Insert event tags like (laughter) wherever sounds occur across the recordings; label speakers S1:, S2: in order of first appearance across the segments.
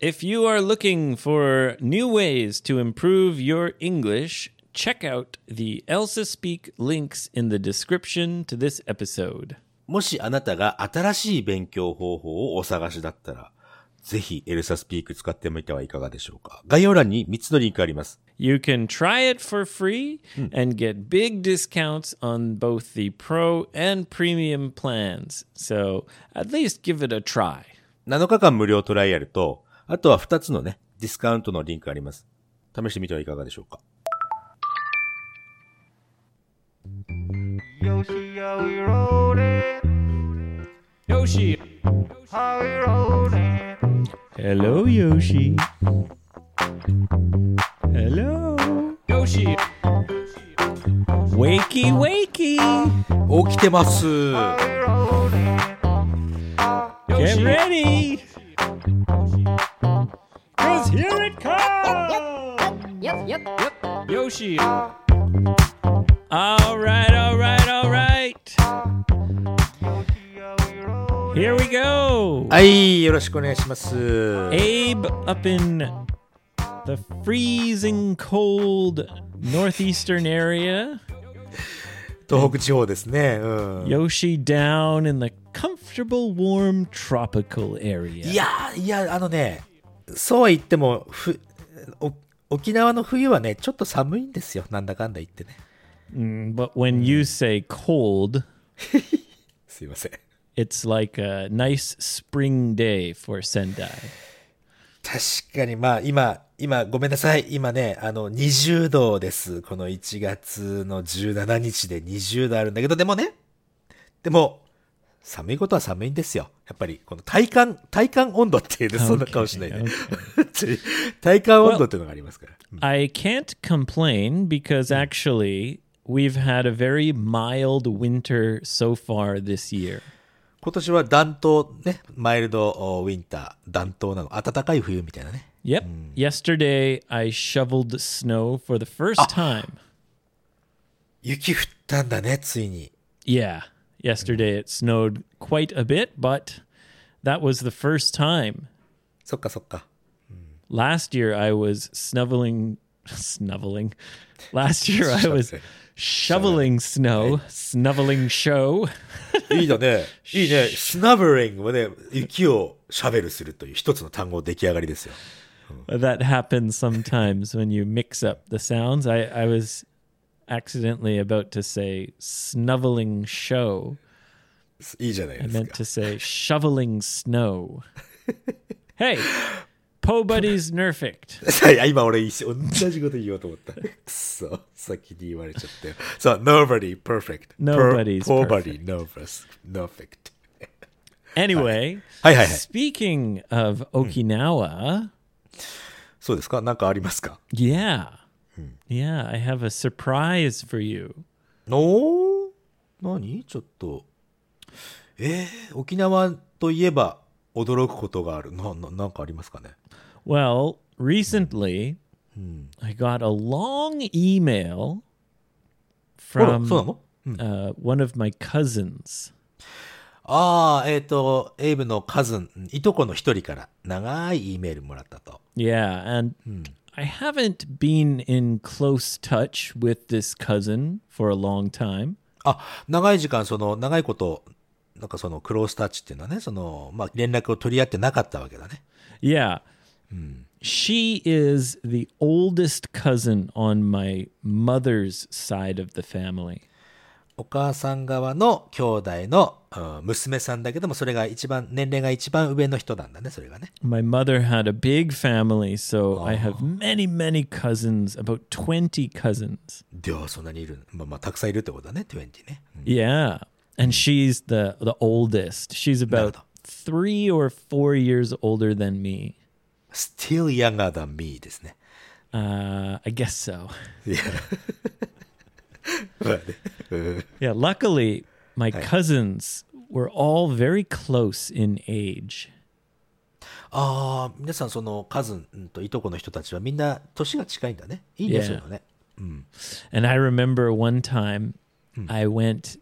S1: If you are looking for new ways to improve your English, check out the Elsa Speak links in the description to this episode.
S2: もしあなたが新しい勉強方法をお探しだったら、ぜひエルサスピーク使ってみてはいかがでしょうか。概要欄に3つのリンクあります。
S1: You can try it for free and get big discounts on both the pro and premium plans. So at least give it a try.
S2: 7日間無料トライアルと、あとは2つのね、ディスカウントのリンクあります。試してみてはいかがでしょうか。
S3: Yoshi, are we rolling?
S1: Yoshi.
S3: Are we rolling?
S1: Hello, Yoshi. Hello. Yoshi. Wakey, wakey.
S2: 起きてます。
S1: Get ready. Cause here it comes.
S4: Yep, yep.
S1: Yoshi. All right, all right, all right. Here we go.
S2: はい、よろしくお願いします。
S1: Abe up in the freezing cold northeastern area.
S2: 東北地方ですね。うん。
S1: Yoshi down in the comfortable, warm tropical area.
S2: いやー、いや、あのね、そうは言っても、ふ、お沖縄の冬はね、ちょっと寒いんですよ。なんだかんだ言ってね。
S1: Mm, But when you say cold,
S2: すいません。
S1: it's like a nice spring day for Sendai.
S2: 確かに、まあ、今、今、ごめんなさい。今ね、あの、20度です。この1月の17日で20度あるんだけど、でもね、でも、寒いことは寒いんですよ。やっぱり、この体感、体感温度っていうね、そんな顔しないね。 (laughs) 体感温度っていうのがありますから。
S1: I can't complain because actually we've had a very mild winter so far this year.
S2: 今年は暖冬ね、マイルドおウィンター、暖冬なの、暖かい冬みたいなね。
S1: Yep. Yesterday I shoveled snow for the first time.
S2: 雪降ったんだね、ついに。
S1: Yeah. Yesterday it snowed quite a bit, but that was the first time.
S2: そっかそっか。
S1: Last year I was snuffling (laughs) snuffling. Last year I was shoveling
S2: Shoveling.
S1: snow, snuffling show.
S2: (laughs) いいだね。いいね。スナブリングはね、雪をシャベルするという一つの単語出来上がりですよ。
S1: that happens sometimes when you mix up the sounds. I, I was accidentally about to say snuffling show.
S2: いいじゃない
S1: I
S2: です
S1: meant
S2: か。
S1: to say shoveling snow. hey, Po Buddies Nerfict.
S2: いや、今俺一緒、同じこと言おうと思った。くそ、先に言われちゃったよ。そう、nobody perfect.
S1: Nobody's
S2: Per- nobody, nobody's perfect.
S1: Anyway,
S2: Hi, hi, hi.
S1: speaking of Okinawa,
S2: そうですかなんかありますか
S1: yeah. Yeah, I have a surprise for you.
S2: の何ちょっと。えー、沖縄といえば驚くことがある。な、な、なんかありますかね
S1: Well, recently I got a long email
S2: あら、
S1: from
S2: そうな
S1: uh,
S2: の
S1: one of my cousins.
S2: ああ、えっ、と、エイブのカズン、いとこの一人から長い E メールもらったと。
S1: Yeah, and I haven't been in close touch with this cousin for a long time.
S2: あ、長い時間、その、長いこと、なんかその、クロースタッチっていうのはね、その、まあ、連絡を取り合ってなかったわけだね。
S1: Yeah. She is the oldest cousin on my mother's side of the family.
S2: お母さん側の兄弟の、うん娘さんだけども、それが一番、年齢が一番上の人なんだね、それがね。
S1: My mother had a big family, so I have many, many cousins, about 20 cousins.
S2: では、そんなにいる。まあ、まあ、たくさんいるってことだね、20ね。うん
S1: Yeah. And she's the the oldest. She's about
S2: Nada.
S1: 3 or 4 years older than me.
S2: still younger than me ですね。
S1: Uh, I guess so.
S2: いや。まあねうん。
S1: (laughs) Yeah, luckily, my cousins were all very close in age.
S2: ああ、皆さん、その、カズンといとこの人たちはみんな、年が近いんだね。いいね、
S1: Yeah.
S2: そういうのね。
S1: And I remember one time I went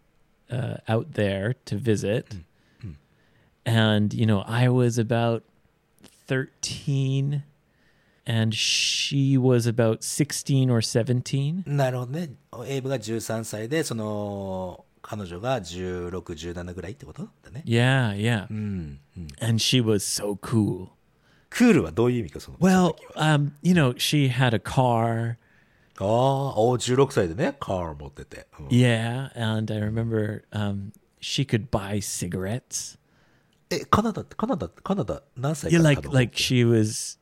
S1: uh, out there to visit. And, you know, I was about 13, and she was about 16 or 17.
S2: なるほどね。エイブが13歳で、その、彼女が16、17ぐらいってことだね。
S1: Yeah, yeah. And she was so cool.
S2: クールはどういう意味か、その。
S1: Well, um, you know, she had a car.
S2: ああ、お16歳でね、カー持ってて。うん
S1: Yeah, and I remember um, she could buy cigarettes.
S2: え、カナダって、カナダって、カナダ何歳
S1: Yeah,
S2: か
S1: like
S2: ら
S1: like she was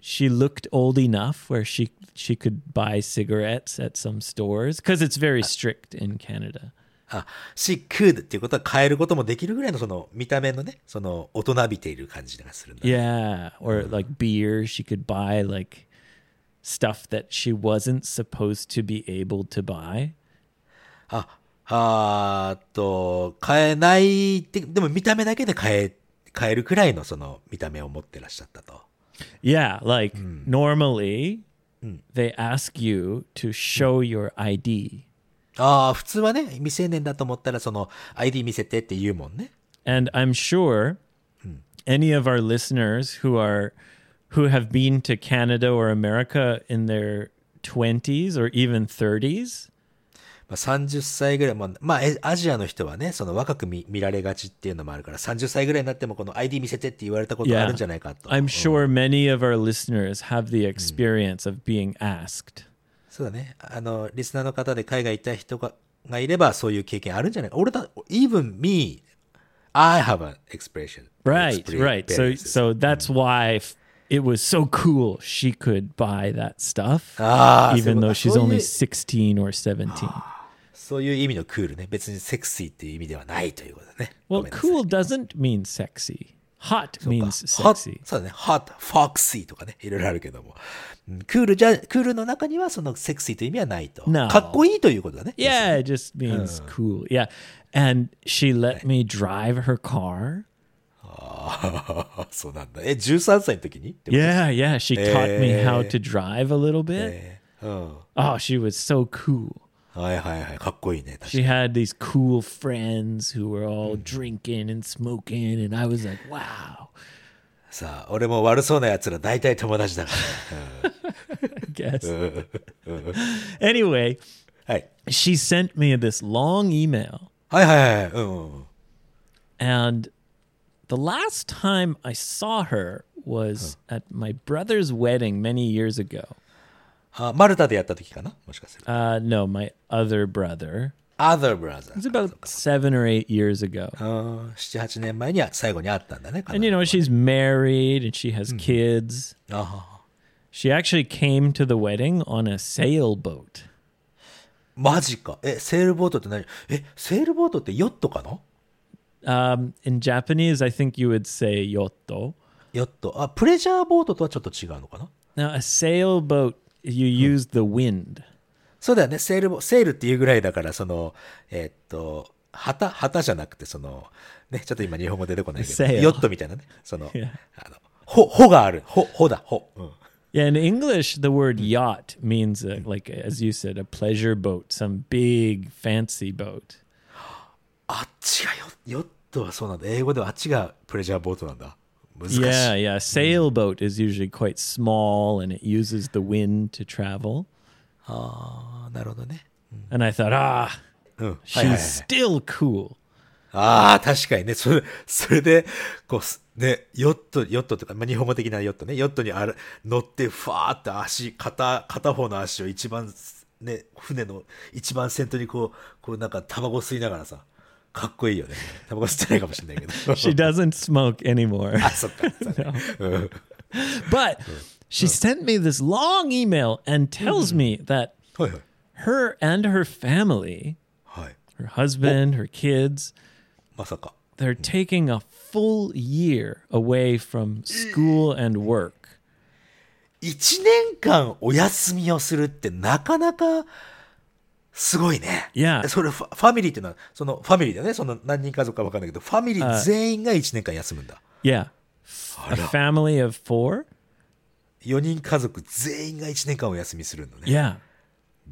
S1: she looked old enough where she she could buy cigarettes at some stores because it's very strict in Canada.
S2: あ、she could っていうことは変えることもできるぐらいのその見た目のね、その大人びている感じがするんだ。
S1: Yeah, Uh-huh. or like beer, she could buy like stuff that she wasn't supposed to be able to buy.
S2: あ、あーっと、変えないって、でも見た目だけで変え、変えるくらいのその見た目を持ってらっしゃったと。
S1: Yeah, like normally they ask you to show your ID.
S2: ああ、普通はね、未成年だと思ったらその ID 見せてって言うもんね。
S1: And I'm sure any of our listeners who are who have been to Canada or America in their 20s or even 30s,
S2: まあ、30歳ぐらい、まあ、まあ、えアジアの人はね、その若く見見られがちっていうのもあるから、30歳ぐらいになってもこの ID 見せてって言われたことあるんじゃないかと。
S1: I'm sure many of our listeners have
S2: Hmm.
S1: the experience of being asked.
S2: そうだね。あの、リスナーの方で海外行った人ががいれば、そういう経験あるんじゃないか。俺だ、even me, I have an expression.
S1: Right,
S2: experience.
S1: right. So so that's
S2: Hmm.
S1: why f- it was so cool she could buy that stuff
S2: Ah, so
S1: even though
S2: that's
S1: she's
S2: why
S1: only
S2: you-
S1: 16 or
S2: (gasps)
S1: 17.
S2: そういう意味のクールね。別にセクシーっていう意味ではないということだね。
S1: well,
S2: ごめんなさい
S1: cool doesn't mean sexy. Hot means
S2: ホッ
S1: sexy.
S2: そうだね。hot, foxy とかね。いろいろあるけども。うんクールじゃ、クールの中にはそのセクシーという意味はないと。
S1: No.
S2: かっこいいということだね。
S1: Yeah, it just means cool. Yeah. And she let me drive her car.
S2: あー (laughs) そうなんだ。え、13歳の時に
S1: Yeah, yeah. She taught me how
S2: Eh.
S1: to drive a little bit.
S2: うん。
S1: Oh, she was so cool.
S2: はいはいはい。かっこいいね。確か
S1: She had these cool friends who were all drinking and smoking. And I was like, wow.
S2: さあ、俺も悪そうな奴ら大体友達だか
S1: (laughs) guess. anyway,
S2: (laughs) ら。はい。
S1: she sent me this long email.
S2: はいはいはい。うんうんうん。
S1: And the last time I saw her was at my brother's wedding many years ago.
S2: あマルタでやった時かなもしかすると。
S1: Uh, no, my other brother.
S2: Other
S1: It was
S2: Brother。
S1: about Oh. seven or eight years ago.
S2: うん七八年前には最後に会ったんだね。
S1: And you know, she's married and she has kids.
S2: あは
S1: She actually came to the wedding on a sailboat.
S2: マジか。え、セールボートって何え、セールボートってヨットかな
S1: Um, in Japanese, I think you would say yotto.
S2: ヨット。あ、プレジャーボートとはちょっと違うのかな
S1: Now, a sailboat, you use the wind.
S2: そうだよね。セールボ、セールっていうぐらいだから、その、えーっと、旗、旗じゃなくて、その、ね、ちょっと今日本語出てこないけど、
S1: Sail
S2: ヨットみたいなね。その、
S1: Yeah.
S2: あの、ほ、ほがある。ほ、ほだ、ほ。うん
S1: Yeah, in English, the word yacht means, uh like, as you said, a pleasure boat, some big fancy boat.
S2: あっちがヨヨットはそうなんだ。英語ではあっちがプレジャーボートなんだ。難しい。
S1: Yeah, yeah. Sailboat is usually quite small and it uses the wind to travel.
S2: あなるほどね。
S1: And I thought, ah,
S2: うん。
S1: she's still cool.
S2: ああ、確かにね。それ、それで、こうす、ね、ヨット、ヨットとか、まあ、日本語的なヨットね。ヨットにある、乗って、ファーって足、片、片方の足を一番、ね、船の一番先頭にこう、こうなんか、タバコ吸いながらさ、かっこいいよね。タバコ吸ってないかもしれないけど。
S1: She doesn't smoke anymore.
S2: (laughs) あ、そっか。そうねうん、
S1: (laughs) But she sent me this long email and tells me that
S2: はいはい。
S1: her and her family,
S2: はい。
S1: her husband, her kids,
S2: まさか。
S1: they're taking a full year away from school and work.
S2: 一年間お休みをするってなかなかすごいね。
S1: Yeah.
S2: それファファミリーっていうのは、そのファミリーだよね。その何人家族か分かんないけど、ファミリー全員が一年間休むんだ。
S1: Yeah. A family of four.
S2: 4人家族全員が一年間お休みするのね。
S1: Yeah.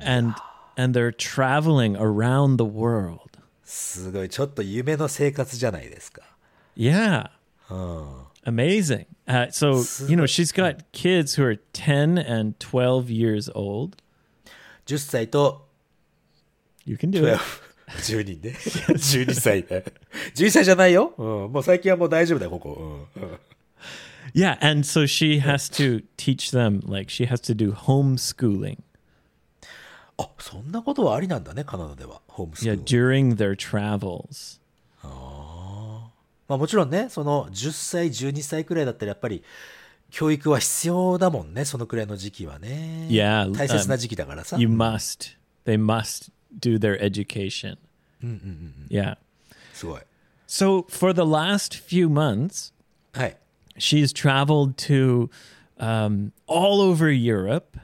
S1: And and they're traveling around the world.
S2: すごい、ちょっと夢の生活じゃないですか。
S1: Yeah. amazing. Uh, so, you know,
S2: Super.
S1: she's got kids who are 10 and 12 years old.
S2: 10歳と
S1: You can do
S2: (laughs)
S1: it.
S2: 12人ね。12歳ね。12歳じゃないよ。うん、もう最近はもう大丈夫だよ、ここ。うん、
S1: Yeah. And so she has to teach them, like, she has to do homeschooling.
S2: あ、そんなことはありなんだね、カナダでは。ホームスクー
S1: Yeah.
S2: ル。
S1: During their travels.
S2: まあもちろんね、その10歳、12歳くらいだったらやっぱり教育は必要だもんね、そのくらいの時期はね。
S1: Yeah,
S2: 大切な時期だからさ。
S1: You must, they must do their education. Yeah.
S2: すごい。
S1: So for the last few months,
S2: はい。
S1: she's traveled to um, all over Europe.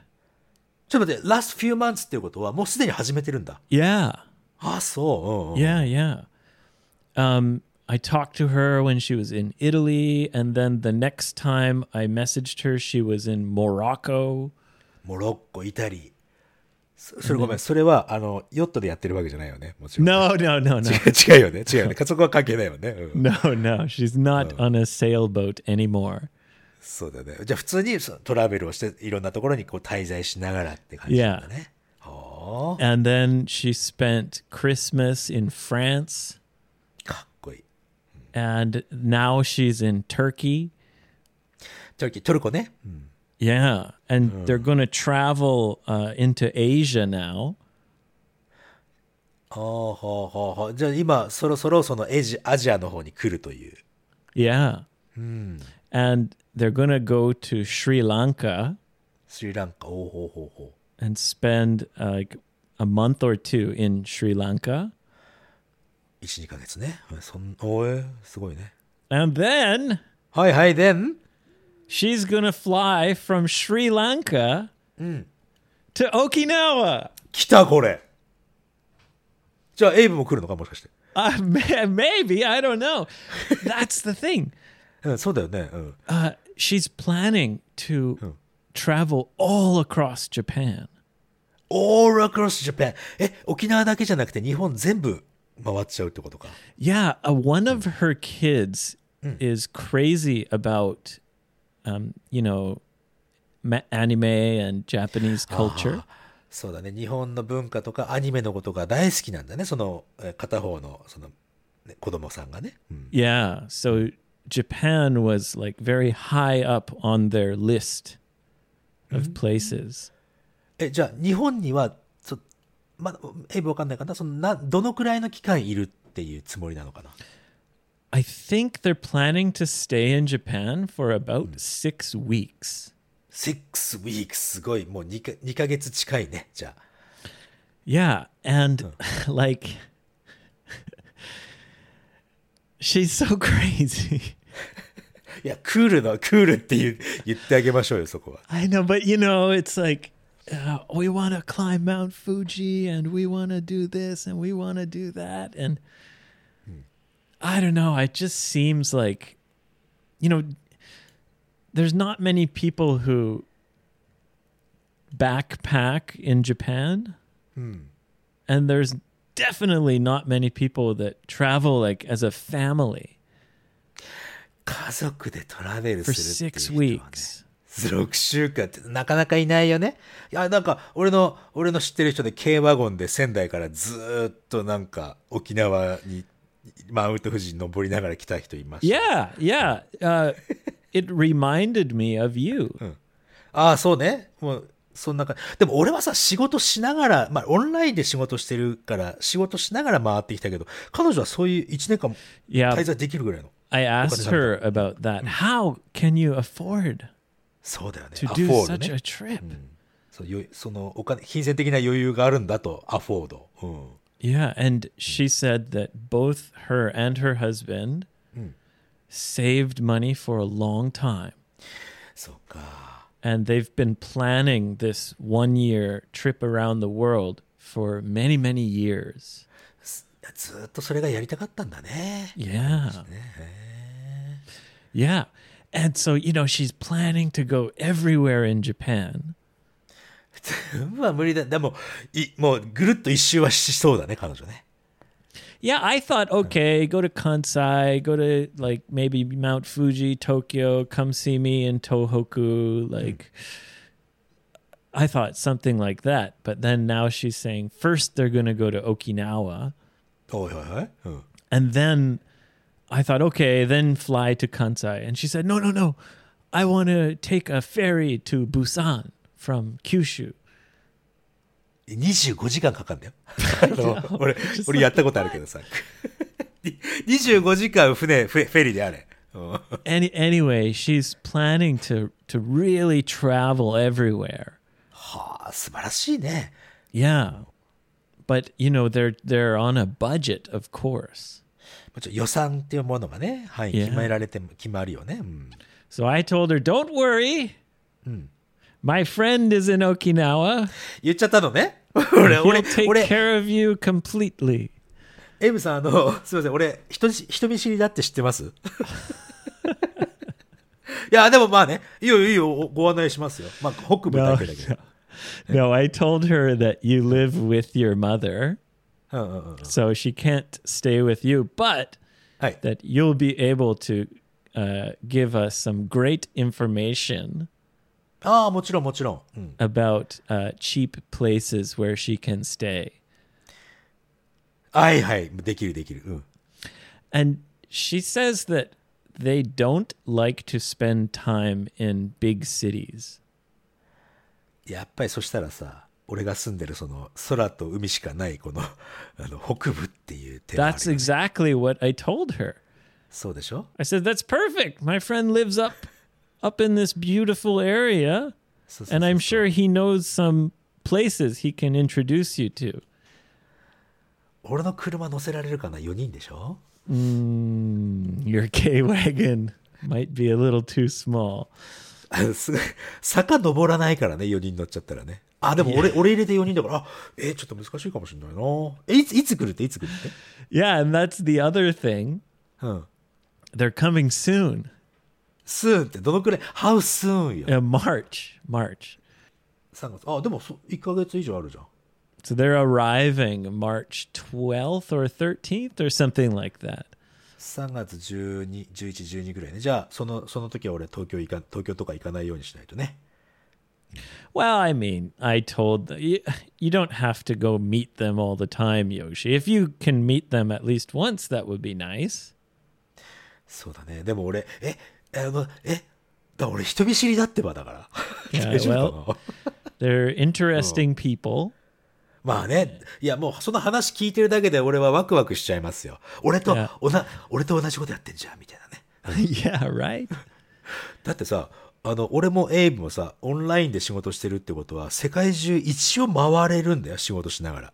S2: ちょっと待って、last few months っていうことはもうすでに始めてるんだ。
S1: Yeah.
S2: あ、そう。うんうん
S1: Yeah, yeah. Um, I talked to her when she was in Italy, and then the next time I messaged her, she was in Morocco.
S2: モロッコ、イタリー。そそれごめん、それはあのヨットでやってるわけじゃないよね、もちろん。
S1: No, no, no, no,
S2: (laughs) 違うよね、違うよね。そこは関係ないよね。うん
S1: no, no. She's not on a sailboat anymore.
S2: そうだね。じゃあ普通にそうトラベルをしていろんなところにこう滞在しながらって感じなんだね。はあ
S1: And then she spent Christmas in France,
S2: かっこいい。
S1: and now she's in Turkey.
S2: トルキートルコね。うん、
S1: Yeah, and they're going to travel uh, into Asia now.
S2: はあはあはあはあ。じゃあ今そろそろそのエジアジアの方に来るという。
S1: Yeah. And they're going to go to Sri Lanka
S2: スリランカ。おおほうほうほう。
S1: and spend uh, like a month or two in Sri Lanka.
S2: 1、2ヶ月ね。うんそんおえすごいね。
S1: And then
S2: はいはい、でん
S1: she's going to fly from Sri Lanka to Okinawa.
S2: 来たこれじゃあエイブも来るのかもしかして。
S1: Uh, (laughs) may- maybe, I don't know. That's the thing.
S2: うん、そうだよね。うん。
S1: Uh, she's planning to travel all across Japan.
S2: All across Japan. え、沖縄だけじゃなくて日本全部回っちゃうってことか。
S1: Yeah, uh, one of her kids is crazy about, um, you know, ma- anime and Japanese culture.
S2: そうだね日本の文化とかアニメのことが大好きなんだねそのえー片方のその、ね、子供さんがね、うん、
S1: Yeah, so Japan was like very high up on their list of places.
S2: えじゃあ日本にはそまだエイブわかんないかなそのなどのくらいの期間いるっていうつもりなのかな
S1: I think they're planning to stay in Japan for about six weeks.
S2: ?6 weeks すごいもう 2, か2ヶ月近いねじゃあ
S1: Yeah, and (laughs) like, she's so (laughs) crazy.
S2: いやクールなクールって言う言ってあげましょうよそこは
S1: I know, but you know, it's like uh, we want to climb Mount Fuji and we want to do this and we want to do that. And I don't know. It just seems like, you know, there's not many people who backpack in Japan. And there's definitely not many people that travel like as a family
S2: 家族でトラベル
S1: for
S2: するってい
S1: 6
S2: う人はね
S1: weeks.
S2: 6週間ってなかなかいないよね。いや、なんか、俺の、俺の知ってる人で軽ワゴンで仙台からずーっとなんか沖縄にマウント富士に登りながら来た人いました。
S1: Yeah, yeah. Uh, it reminded me of you.
S2: ああ、そうね。もう、そんなか、でも俺はさ、仕事しながら、まあオンラインで仕事してるから、仕事しながら回ってきたけど、彼女はそういう1年間
S1: Yeah,
S2: 滞在できるぐらいの。
S1: I asked
S2: Okada-san.
S1: her about that. How can you afford
S2: そうだよね。
S1: to
S2: アフ
S1: do
S2: ォー
S1: such
S2: ド
S1: a
S2: ね。
S1: trip?
S2: そうよそのお金、金銭的な余裕があるんだと、アフォード。うん。
S1: Yeah, and she said that both her and her husband saved money for a long time.
S2: そうか。
S1: And they've been planning this one year trip around the world for many, many years.
S2: ずーっとそれがやりたかったんだね。 (laughs)
S1: Yeah. Yeah. And so, you know, she's planning to go everywhere in Japan.
S2: うんは無理だ。でも、いもうぐるっと一周はしそうだね、彼女ね。
S1: yeah, I thought, okay, go to Kansai, go to like maybe Mount Fuji, Tokyo, come see me in Tohoku. Like, I thought something like that. But then now she's saying, first they're going to go to Okinawa.
S2: おいおいおい。うん。
S1: And then I thought, okay, then fly to Kansai. And she said, no, no, no. I want to take a ferry to Busan from Kyushu.
S2: 25時間
S1: (laughs)
S2: かかんだよ。あの俺、俺やったことあるけどさ。25時間船、フェフェリーであれ。うん。
S1: Any, anyway, she's planning to, to really travel everywhere.
S2: はあ、素晴らしいね。
S1: Yeah. But, you know, they're, they're on a budget, of course.
S2: もちろん予算っていうものがね、はい、
S1: Yeah.
S2: 決められても、決まるよね。うん。
S1: So I told her, don't worry. My friend is in Okinawa.
S2: 言っちゃったのね。
S1: (laughs)
S2: (laughs) 俺、俺
S1: He'll、take
S2: 俺、
S1: care of you completely.
S2: エイブさん、あの、すいません、俺、人し人見知りだって知ってま
S1: (laughs)
S2: すいや、でもまあね、いいよいいよ、おご案内しますよ。まあ、北部だけだけど。
S1: (laughs) No, I told her that you live with your mother,
S2: うんうんうん。
S1: so she can't stay with you, but
S2: はい。
S1: that you'll be ableと uh, give us some great information
S2: ああ、もちろんもちろん。うん
S1: about uh, cheap places where she can stay.
S2: はいはい、できるできる。うん。
S1: And she says that they don't like to spend time in big cities.
S2: やっぱりそしたらさ、俺が住んでるその空と海しかないこの (laughs) あの北部っていう手もあ
S1: That's
S2: るよ
S1: exactly what I told her.
S2: そうでしょ
S1: I said, "That's perfect. My friend lives up up in this beautiful area."
S2: そうそうそう
S1: and I'm sure he knows some places he can introduce you to.
S2: 俺の車乗せられるかな ?4 人でしょ (laughs)
S1: Your (laughs) K wagon might be a little too small.
S2: あのすごい坂登らないからね、4人乗っちゃったらね。あ、でも俺俺入れて4人だから、あ、えーちょっと難しいかもしれないな。え、いついつ来るっていつ来るって
S1: Yeah, and that's the other thing.
S2: うん。
S1: They're coming soon.
S2: スーンってどのくらい ?How soon よ。
S1: Uh, March, March.
S2: 3月。あ、でもそ1ヶ月以上あるじゃん。
S1: So they're arriving March 12th or 13th or something like that.
S2: 3月12、11、12ぐらいね。じゃあ、その、その時は俺東京行か、東京とか行かないようにしないとね。
S1: Well, I mean, I told them you, you don't have to go meet them all the time, Yoshi. If you can meet them at least once, that would be nice.
S2: そうだね。でも俺、え、あの、え、だ俺人見知りだってばだから。
S1: いや
S2: (laughs) 大丈夫かな
S1: (laughs) They're interesting people. (laughs)
S2: まあね、いやもうその話聞いてるだけで俺はワクワクしちゃいますよ。俺と
S1: や、
S2: おな、俺と同じことやってんじゃん、みたいなね。
S1: yeah, right?
S2: だってさ、あの、俺もエイブもさ、オンラインで仕事してるってことは、世界中一応回れるんだよ、仕事しながら。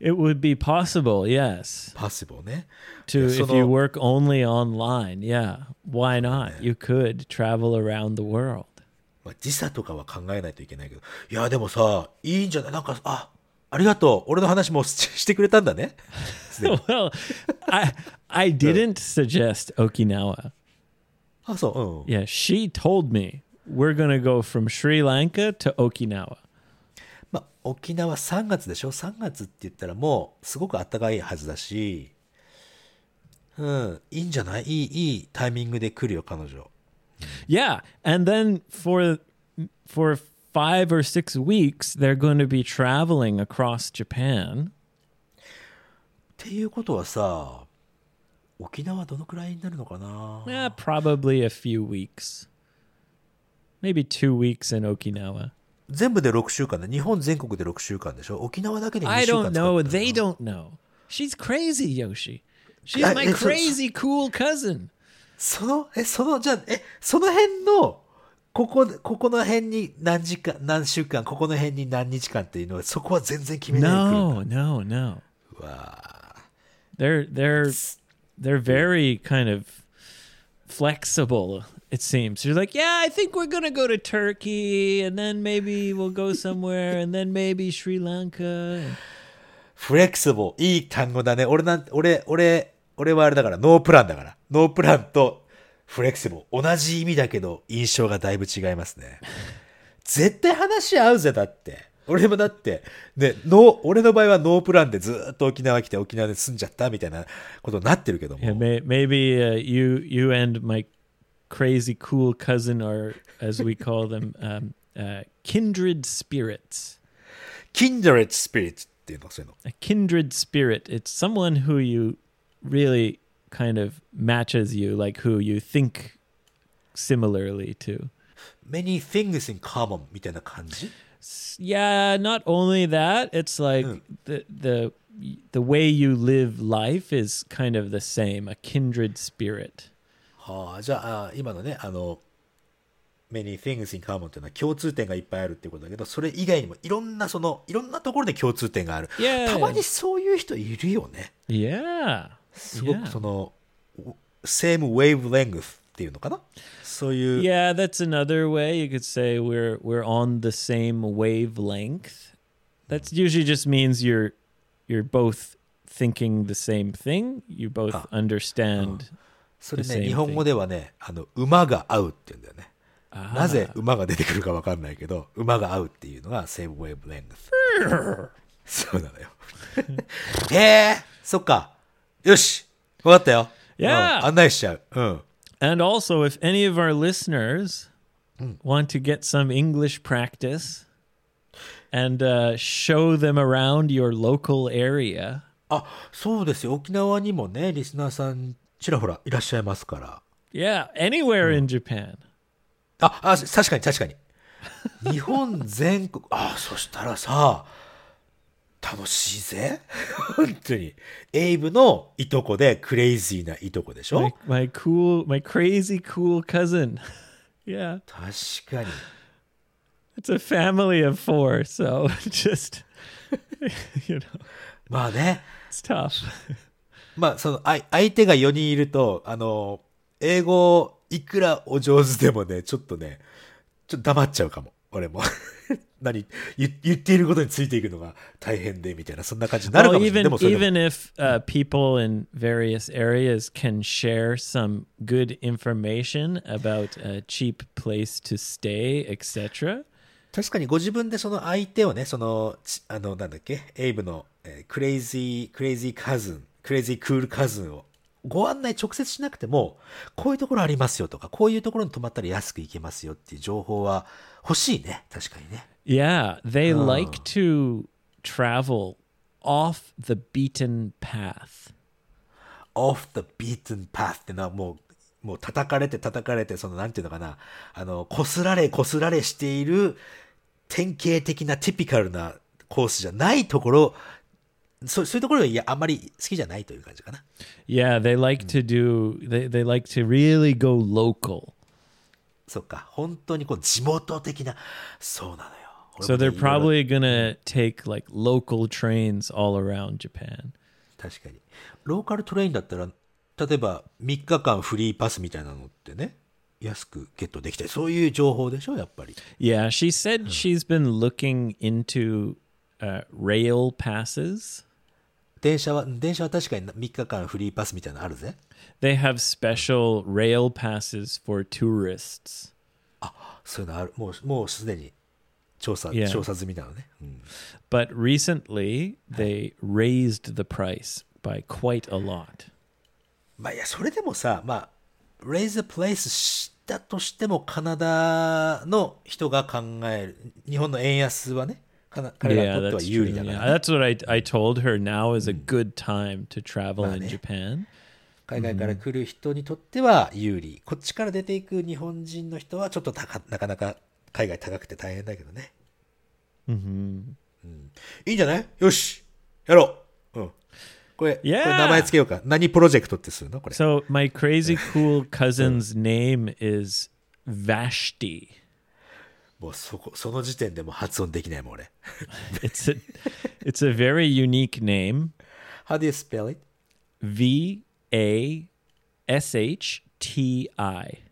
S1: It would be possible, yes.
S2: パスボね。
S1: To
S2: そ
S1: if
S2: の
S1: you work only online, yeah. Why not? You could travel around the world. (laughs)
S2: まあ、時差とかは考えないといけないけど、いや、でもさ、いいんじゃないなんか、あ、ありがとう。俺の話もうししてくれたんだね。
S1: (laughs) well, I I didn't suggest Okinawa.
S2: あ、そう、うん。
S1: Yeah, she told me we're going to go from Sri Lanka to Okinawa.
S2: まあ、沖縄3月でしょ ?3 月って言ったらもうすごく暖かいはずだし、うん、いいんじゃないいい、いいタイミングで来るよ、彼女。
S1: Yeah, and then for for 5 or 6 weeks they're going to be traveling across Japan.
S2: っていうことはさ、沖縄どのくらいになるのかな
S1: Yeah, probably a few weeks. Maybe 2 weeks in Okinawa.
S2: 全部で6週間だ。日本全国で6週間でしょ沖縄だけで2
S1: I
S2: 週間使
S1: don't
S2: った
S1: know. They don't know. She's crazy, Yoshi. She's
S2: Yeah,
S1: my
S2: it's-
S1: crazy cool cousin.
S2: その、え、その、じゃあ、え、その辺の、ここ、ここの辺に何時間、何週間、ここの辺に何日間っていうのは、そこは全然決めないで来るんだ
S1: No, no, no.
S2: うわ
S1: They're they're they're very kind of flexible. It seems they're like, yeah, I think we're gonna go to Turkey, and then maybe we'll go somewhere, and then maybe Sri Lanka.
S2: フレキシブル。いい単語だね。俺なん、俺、俺、俺はあれだから、ノープランだから。ノープランとフレキシブル。同じ意味だけど、印象がだいぶ違いますね。絶対話合うぜ、だって。俺もだって、ね、ノー俺の場合はノープランでずーっと沖縄来て沖縄で住んじゃったみたいなことになってるけども。
S1: Yeah, may, maybe uh, you you and my crazy cool cousin are, as we call them, (laughs) um, uh, kindred spirits.
S2: Kindred Spirit っていうのそういうの。
S1: A kindred spirit. It's someone who you really kind of matches you, like who you think similarly to.
S2: Many things in common みたいな感じ
S1: S- Yeah, not only that, it's like
S2: Hmm.
S1: the the the way you live life is kind of the same. A kindred spirit.
S2: はあ、じゃあ、あ今のね、あの、many things in common っていうのは共通点がいっぱいあるってことだけど、それ以外にもいろんなその、いろんなところで共通点がある。
S1: Yeah.
S2: たまにそういう人いるよね。
S1: Yeah.
S2: すごくその、same wavelength っていうのかなそういう。
S1: Yeah, that's another way you could say we're we're on the same wavelength. That usually just means you're you're both thinking the same thing. You both
S2: Ah.
S1: understand.
S2: それ
S1: The same
S2: ね、
S1: thing.
S2: 日本語ではね、あの、馬が合うって言うんだよね。なぜ馬が出てくるかわかんないけど、馬が合うっていうのがセーブウェーブレングス。
S1: (laughs)
S2: そうなのよ。 (laughs) ええそっか。よしわかったよ。
S1: Yeah.
S2: うん案内しちゃう。うん。
S1: And also, if any of our listeners want to get some English practice and uh, show them around your local area,
S2: あ、そうですよ。沖縄にもね、リスナーさん、ちらほらいらっしゃいますから。
S1: yeah, anywhere in Japan.
S2: あ、あ、確かに確かに。 (laughs) 日本全国、あ、そしたらさ、楽しいぜ。 (laughs) 本当に。エイブのいとこで、クレイジーないとこでしょ
S1: My, my cool, my crazy cool cousin. (laughs) yeah.
S2: 確かに。
S1: It's a family of four, so (laughs) just you know,
S2: まあね。
S1: it's tough.
S2: まあ、その、あい相手が4人いると、あの、英語、いくらお上手でもね、ちょっとね、ちょっと黙っちゃうかも。俺も。 (laughs) 何言言っていることについていくのが大変で、みたいな、そんな感じになるか
S1: Well,
S2: もしれない。で
S1: even
S2: もそれでも
S1: even if uh, people in various areas can share some good information about a cheap place to stay, etc.
S2: 確かにご自分でその相手をね、その、ちあの、なんだっけ、エイブの、えークレイジー、クレイジーカズン、クレイジークールカズンを、ご案内直接しなくても、こういうところありますよとか、こういうところに泊まったら安く行けますよっていう情報は欲しいね。確かにね。
S1: Yeah, they like to travel off the beaten path.
S2: off the beaten path ってのはもう、もう叩かれて叩かれて、そのなんていうのかな、あの、こすられこすられしている典型的なティピカルなコースじゃないところ、そうそういうところがいやあんまり好きじゃないという感じかな。
S1: Yeah, they like to do they, they like to really go local.
S2: そっか、本当にこう地元的な、そうなのよ。俺
S1: So
S2: も
S1: they're
S2: ねいろいろ
S1: probably gonna take like local trains all around Japan.
S2: 確かに。ローカルトレインだったら、例えば3日間フリーパスみたいなのってね、安くゲットできて、そういう情報でしょ、やっぱり。
S1: Yeah, she said she's been looking into uh, rail passes.
S2: 電車は、うん電車は確かに3日間フリーパスみたいなのあるぜ。
S1: They have special rail passes for tourists.
S2: そういうのある。もう、もうすでに調査、
S1: Yeah.
S2: 調査済みなのね。うん
S1: But recently, they raised the price by quite a lot.
S2: まあいや、それでもさ、まあ、レイズプレイスしたとしてもカナダの人が考える、日本の円安はね、かな彼ら
S1: Yeah,
S2: にとっ
S1: that's
S2: ては有
S1: true.
S2: 利だから、
S1: Yeah. That's what I, I told her. Now is a good time to travel in
S2: Vale.
S1: Japan.
S2: 海外から来る人にとっては有利。こっちから出ていく日本人の人はちょっと高なかなか海外高くて大変だけどね。うんいいんじゃないよしやろううん。これ、
S1: Yeah
S2: これ名前つけようか。何プロジェクトってするのこれ。
S1: So my (laughs) crazy cool cousin's name is Vashti.
S2: もうそこ、その時点でもう発音できないもん俺。
S1: It's a (laughs) it's a very unique name.
S2: How do you spell it?
S1: V A S H T I.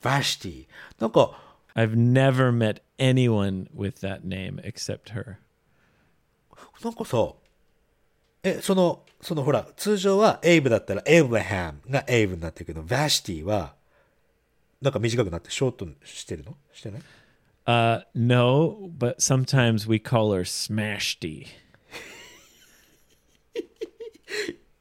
S2: Vashti。なんか、
S1: I've never met anyone with that name except her.
S2: なんかさ、え、その、そのほら、通常はエイブだったらエイブラハムがエイブになってるけど、ヴァシティは、なんか短くなってショートしてるのしてない
S1: Uh, no, but sometimes we call her Smashed.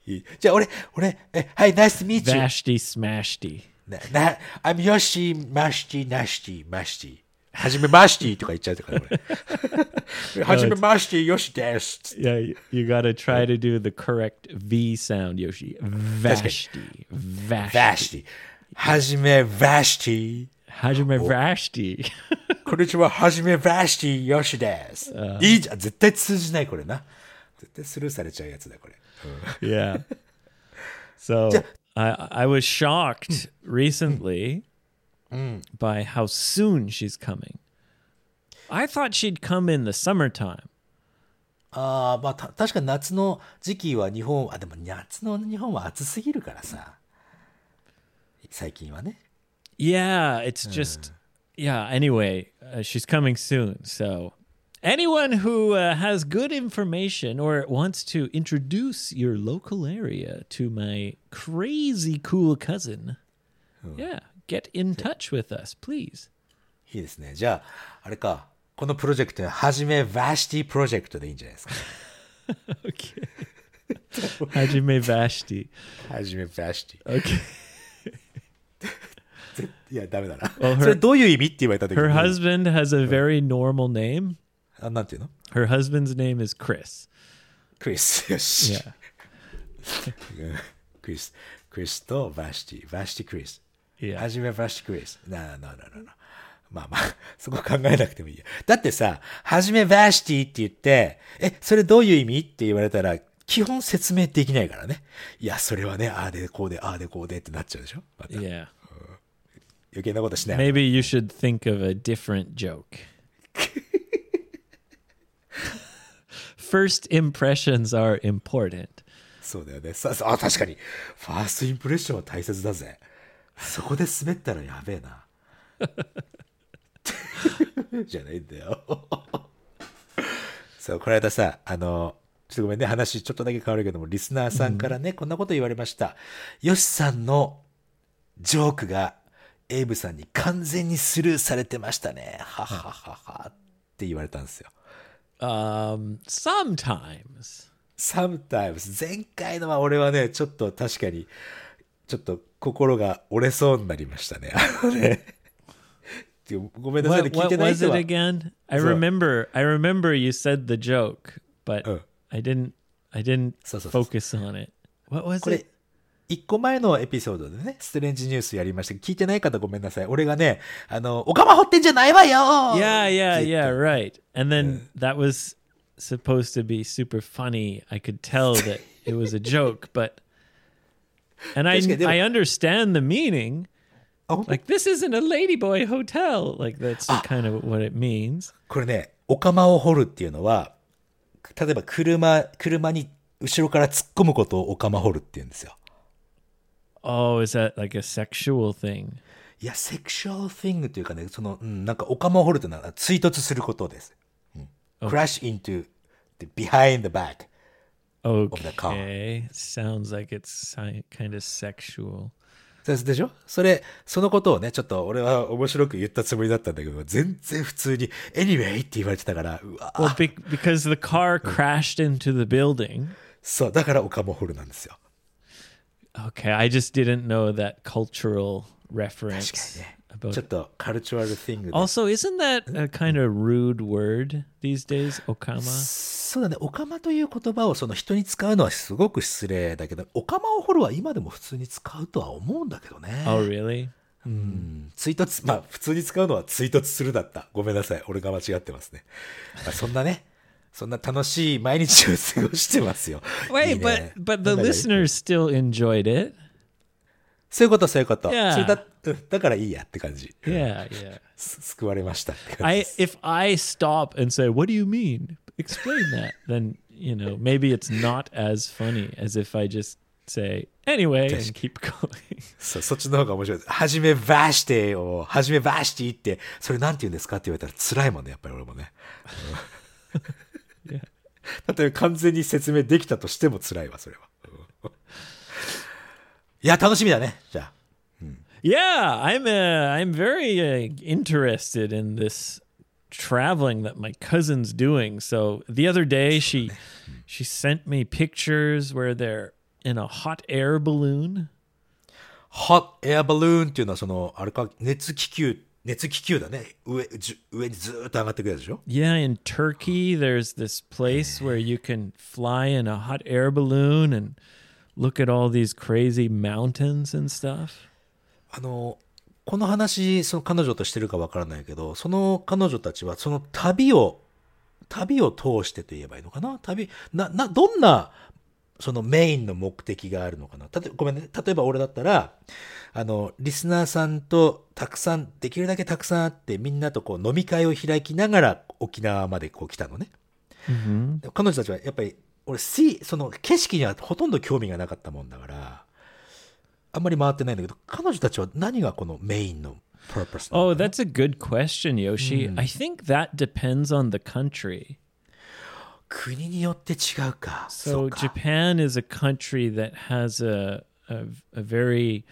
S2: いいじゃあ俺、俺、え、はい、ナイスミーチュ
S1: Vashti Smashed.
S2: な、な、I'm Yoshi, Mashti, Nashti, Mashti. はじめましてとか言っちゃうとかね、俺。はじめまして、よしです。
S1: Yeah, you- you got to try to do the correct V sound, Yoshi. Vashti. Vashti.
S2: シティ。はじめ、バシティ。
S1: Hajime Vashti. (laughs)
S2: こんにちは、はじめ、バシティ、よしです。いいじゃん。絶対通じない、これな。絶対スルーされちゃうやつだ、これ。
S1: yeah. So I I was shocked recently by how soon she's coming. I thought she'd come in the summertime.
S2: ああ、まあ、た確かに夏の時期は日本、あ、でも夏の日本は暑すぎるからさ。最近はね。
S1: Yeah, it's just yeah. Anyway, uh, she's coming soon. So anyone who uh, has good information or wants to introduce your local area to my crazy cool cousin, yeah, get in touch with us, please.
S2: いいですね。じゃあ、あれか。このプロジェクトは、はじめ、バシティプロジェクトでいいんじゃないですか。
S1: Okay. Hajime Vashti.
S2: はじめ、バシティ。
S1: Okay.
S2: いや、ダメだな。
S1: Well, her-
S2: それどういう意味って言われた時
S1: Her
S2: に、
S1: husband has a very normal name.
S2: あなんていうの
S1: Her husband's name is Chris.
S2: クリス。よし。
S1: Yeah.
S2: クリス。クリスとバシティ。バシティクリス。は
S1: Yeah.
S2: じめバシティクリス。なあなあなあなあなあ。まあ (laughs) まあ、そこ考えなくてもいいや。だってさ、はじめバシティって言って、え、それどういう意味って言われたら、基本説明できないからね。いや、それはね、ああでこうで、ああでこうでってなっちゃうでしょまた
S1: Yeah.
S2: 余計なことしない。
S1: Maybe you should think of a different (laughs) joke. First impressions are important.
S2: そうだよね。ささあ、確かに。ファーストインプレッションは大切だぜ。そこで滑ったらやべえな。じゃないんだよ。そう、この間さ、あの、ちょっとごめんね、話ちょっとだけ変わるけども、リスナーさんからね、こんなこと言われました。よしさんのジョークが、エイブさんに完全にスルーされてましたね。はははは。って言われたんですよ。
S1: Um, sometimes.
S2: sometimes 前回のは俺はねちょっと確かにちょっと心が折れそうになりましたねあのねっていうごめんなさいね
S1: What,
S2: 聞い
S1: what
S2: てない
S1: was
S2: 人
S1: it
S2: は
S1: again? I
S2: So-
S1: remember. I remember you said the joke, but
S2: Oh.
S1: I didn't. I didn't
S2: So- so- so- so.
S1: focus on it. What was
S2: これ
S1: it?
S2: 一個前のエピソードでねストレンジニュースやりましたけど聞いてない方ごめんなさい俺がねあの「おかま掘ってんじゃないわよ!」
S1: Yeah, yeah, yeah. Right. And then that was supposed to be super funny. I could tell that it
S2: (laughs)
S1: was a joke, but and I
S2: Basically, they were- Oh.
S1: I understand the meaning.
S2: あ本当
S1: Like this isn't a ladyboy hotel. Like that's
S2: Ah.
S1: kind of what it means.
S2: これね、お釜を掘るっていうのは、例えば車、車に後ろから突っ込むことをお釜掘るって言うんですよ。
S1: Oh, is that like a sexual thing?
S2: いや、セクシュアル thing というかね、その、うん、なんか、お釜を掘るというのは追突することです。うん。crash into the behind the back. the car.
S1: Okay, sounds like it's si- kind of sexual.
S2: そうでしょそれ、そのことをね、ちょっと俺は面白く言ったつもりだったんだけど、全然普通に、anyway って言われてたから、うわ、
S1: Well, be- because the car crashed into the building.
S2: そう、だからお釜を掘るなんですよ。
S1: Okay, I just didn't know that cultural
S2: 確
S1: reference
S2: かにね。
S1: about.
S2: ちょっと、カルチュアル thing で。
S1: Also, isn't that a kind of rude word these days? Okama.
S2: そうだね、お釜という言葉をその人に使うのはすごく失礼だけど、お釜を掘るは今でも普通に使うとは思うんだけどね。
S1: Oh, really?
S2: 追突、 (laughs) まあ普通に使うのは追突するだった。ごめんなさい。俺が間違ってますね。まあ、そんなね、 (laughs) そんな楽しい毎日を過ごしてますよ。いい
S1: (laughs) Wait,
S2: ね
S1: but but the
S2: なんだよ
S1: listeners still enjoyed it.
S2: そういうこと、そういうこと。
S1: Yeah.
S2: それだうんだからいいやって感じ。
S1: Yeah, yeah.
S2: す救われましたって感じで
S1: I
S2: す。
S1: if I stop and say, "What do you mean? Explain that," then you know maybe it's not as funny as if I just say anyway and keep (laughs) going.
S2: そうそっちの方が面白いです。はじめばしてを、はじめばしてって、それなんて言うんですかって言われたら辛いもんね、やっぱり俺もね。
S1: Yeah.
S2: (laughs) 例えば完全に説明できたとしても辛いわ、それは。うんいや、楽しみだね。じゃあ。
S1: yeah, I'm uh, I'm very uh, interested in this traveling that my cousin's doing. So the other day she she sent me pictures where they're in a hot air balloon.
S2: hot air balloon っていうのはその、あれか、熱気球、熱気球だね。上、じゅ上にずーっと上がってくるやつでしょ
S1: Yeah, in Turkey there's this place where you can fly in a hot air balloon and look at all these crazy mountains and stuff.
S2: あの、この話、その彼女としてるかわからないけど、その彼女たちは、その旅を、旅を通してと言えばいいのかな旅、な、な、どんな、そのメインの目的があるのかなたとごめんね。例えば俺だったら、あの、リスナーさんとたくさん、できるだけたくさん会って、みんなとこう飲み会を開きながら沖縄までこう来たのね。
S1: Mhm.
S2: でも彼女たちはやっぱり俺シーその景色にはほとんど興味がなかったもんだからあんまり回ってないんだけど彼女たちは何がこのメインのパーパスなの
S1: Oh, that's a good question, Yoshi. I think that depends on the country.
S2: 国によって違うかそ
S1: So
S2: うか
S1: Japan is a country that has a a, a very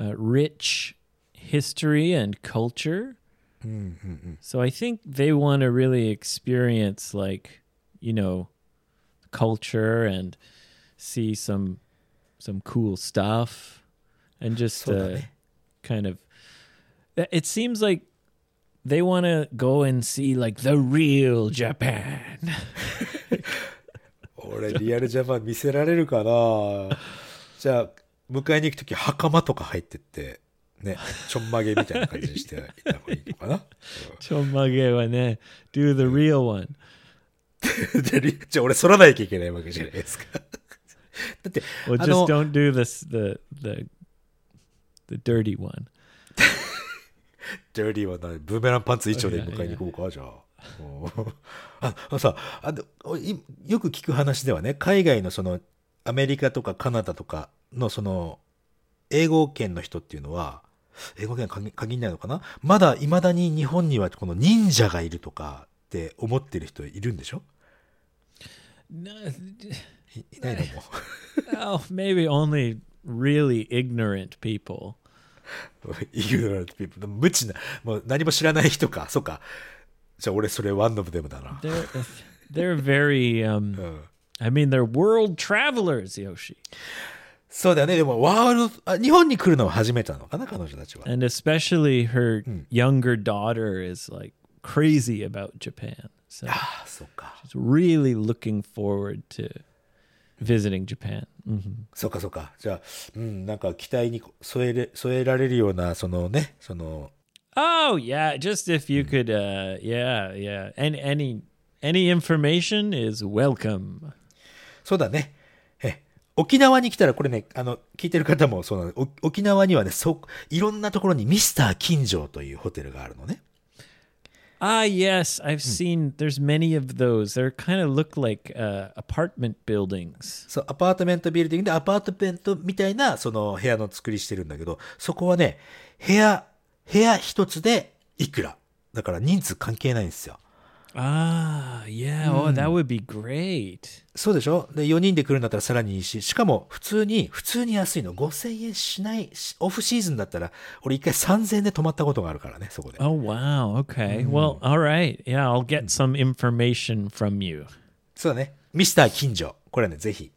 S1: uh, rich history and culture. So I think they want to really experience, like you know, culture and see some some cool stuff, and just
S2: So-
S1: uh, kind of. uh, It seems like they want to go and see like the real Japan. (laughs)
S2: 俺リアルジャパン見せられるかなじゃあ迎えに行く時袴とか入ってってねちょんまげみたいな感じにしていた方がいいのかな (laughs)
S1: eh, Do the real one.
S2: じゃありじゃあ俺反らないといけないわけじゃないですか (laughs) だって
S1: Well,
S2: あ
S1: just
S2: の
S1: don't do this the the the dirty one.
S2: ジャリーはなブーメランパンツ一丁で迎えに行こうか、じゃあ。うんああのさあのおいよく聞く話ではね、海外のそのアメリカとかカナダとかのその英語圏の人っていうのは、英語圏は限限んないのかなまだ未だに日本にはこの忍者がいるとかって思ってる人いるんでしょ
S1: No, (laughs)
S2: いいないのも
S1: oh, maybe only really ignorant people.
S2: (laughs) イグノラントピープル無知な、もう何も知らない人か、そうか。じゃあ俺それワンオブデムだな。
S1: They're they're very. Um,
S2: うん
S1: I mean, they're world travelers, Yoshi,
S2: そうだよね。でも、ワールド、あ日本に来るのは初めてなのかな、彼女たちは。
S1: and especially her younger daughter is like crazy about Japan. So
S2: ああ、そうか。
S1: she's really looking forward to visiting Japan. Mm.
S2: そうか、そうか。じゃあ、うん、なんか期待に添えれ添えられるような、そのね、その、
S1: Oh yeah, just if you could uh yeah, yeah. And any any information is welcome.
S2: そうだね。え、沖縄に来たら、これね、あの、聞いてる方もそうなの。お沖縄にはね、そ、いろんなところにミスター金城というホテルがあるのね。
S1: Ah yes, I've seen there's many of those. They're kind of look like uh apartment buildings.
S2: そう、アパートメントビルディングでアパートメントみたいな、その部屋の作りしてるんだけど、そこはね、部屋、部屋一つでいくら。だから人数関係ないんですよ。
S1: Ah, yeah. Oh, that would be great.
S2: そうでしょで、4人で来るんだったらさらにいいし、しかも普通に、普通に安いの。5000円しない、しオフシーズンだったら、俺一回3000円で泊まったことがあるからね、そこで。
S1: Oh wow. Okay. Well, all right. Yeah, I'll get some information from you.
S2: そうだね。ミスター近所。これはね、ぜひ、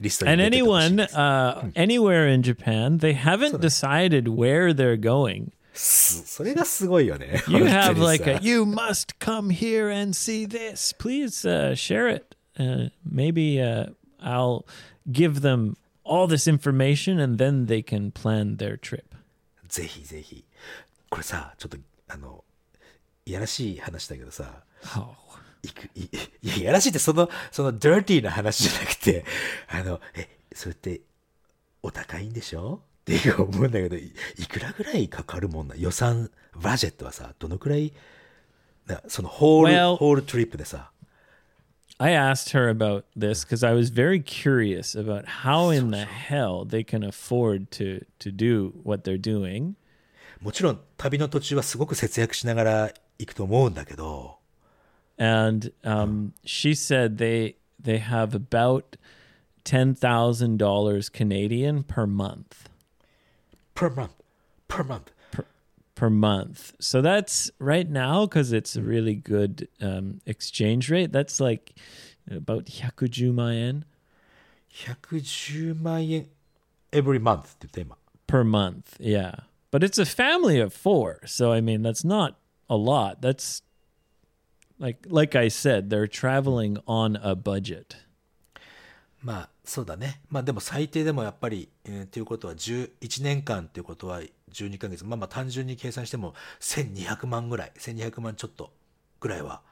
S2: リストに
S1: And
S2: 入れててほしい
S1: anyone
S2: です
S1: uh anywhere in Japan, they haven't decided where they're going.
S2: すそれがすごいよね。
S1: you have
S2: 本当
S1: like
S2: にさ
S1: a you must come here and see this please uh, share it uh, maybe uh, i'll give them all this information and then they can plan their trip
S2: ぜひぜひ。これさ、ちょっと、あの、いやらしい話だけどさ、
S1: oh
S2: いく、い、 (laughs) いや、いやらしいって、その、その、ダーティーな話じゃなくて、 (laughs) あの、え、それって、お高いんでしょっていう思うんだけど、いいくらぐらいかかるもんな予算、バジェットはさ、どのくらい、なその、ホール、
S1: Well-
S2: ホールトリップでさ、
S1: i asked her about this because i was very curious about how in the hell they can afford to to do what they're doing
S2: もちろん、旅の途中はすごく節約しながら行くと思うんだけど、
S1: and um, she said they they have about $10000 canadian per month
S2: per month, per month,
S1: per month. So that's right now because it's a really good um, exchange rate. That's like about 110円
S2: 110万円 every month って言った今
S1: per month. Yeah. But it's a family of four. So I mean, that's not a lot. That's like like I said, they're traveling on a budget.
S2: まあそうだねまあでも最低でもやっぱり、えー、ということは11年間ということは12ヶ月まあまあ単純に計算しても1200万ぐらい1200万ちょっとぐらいは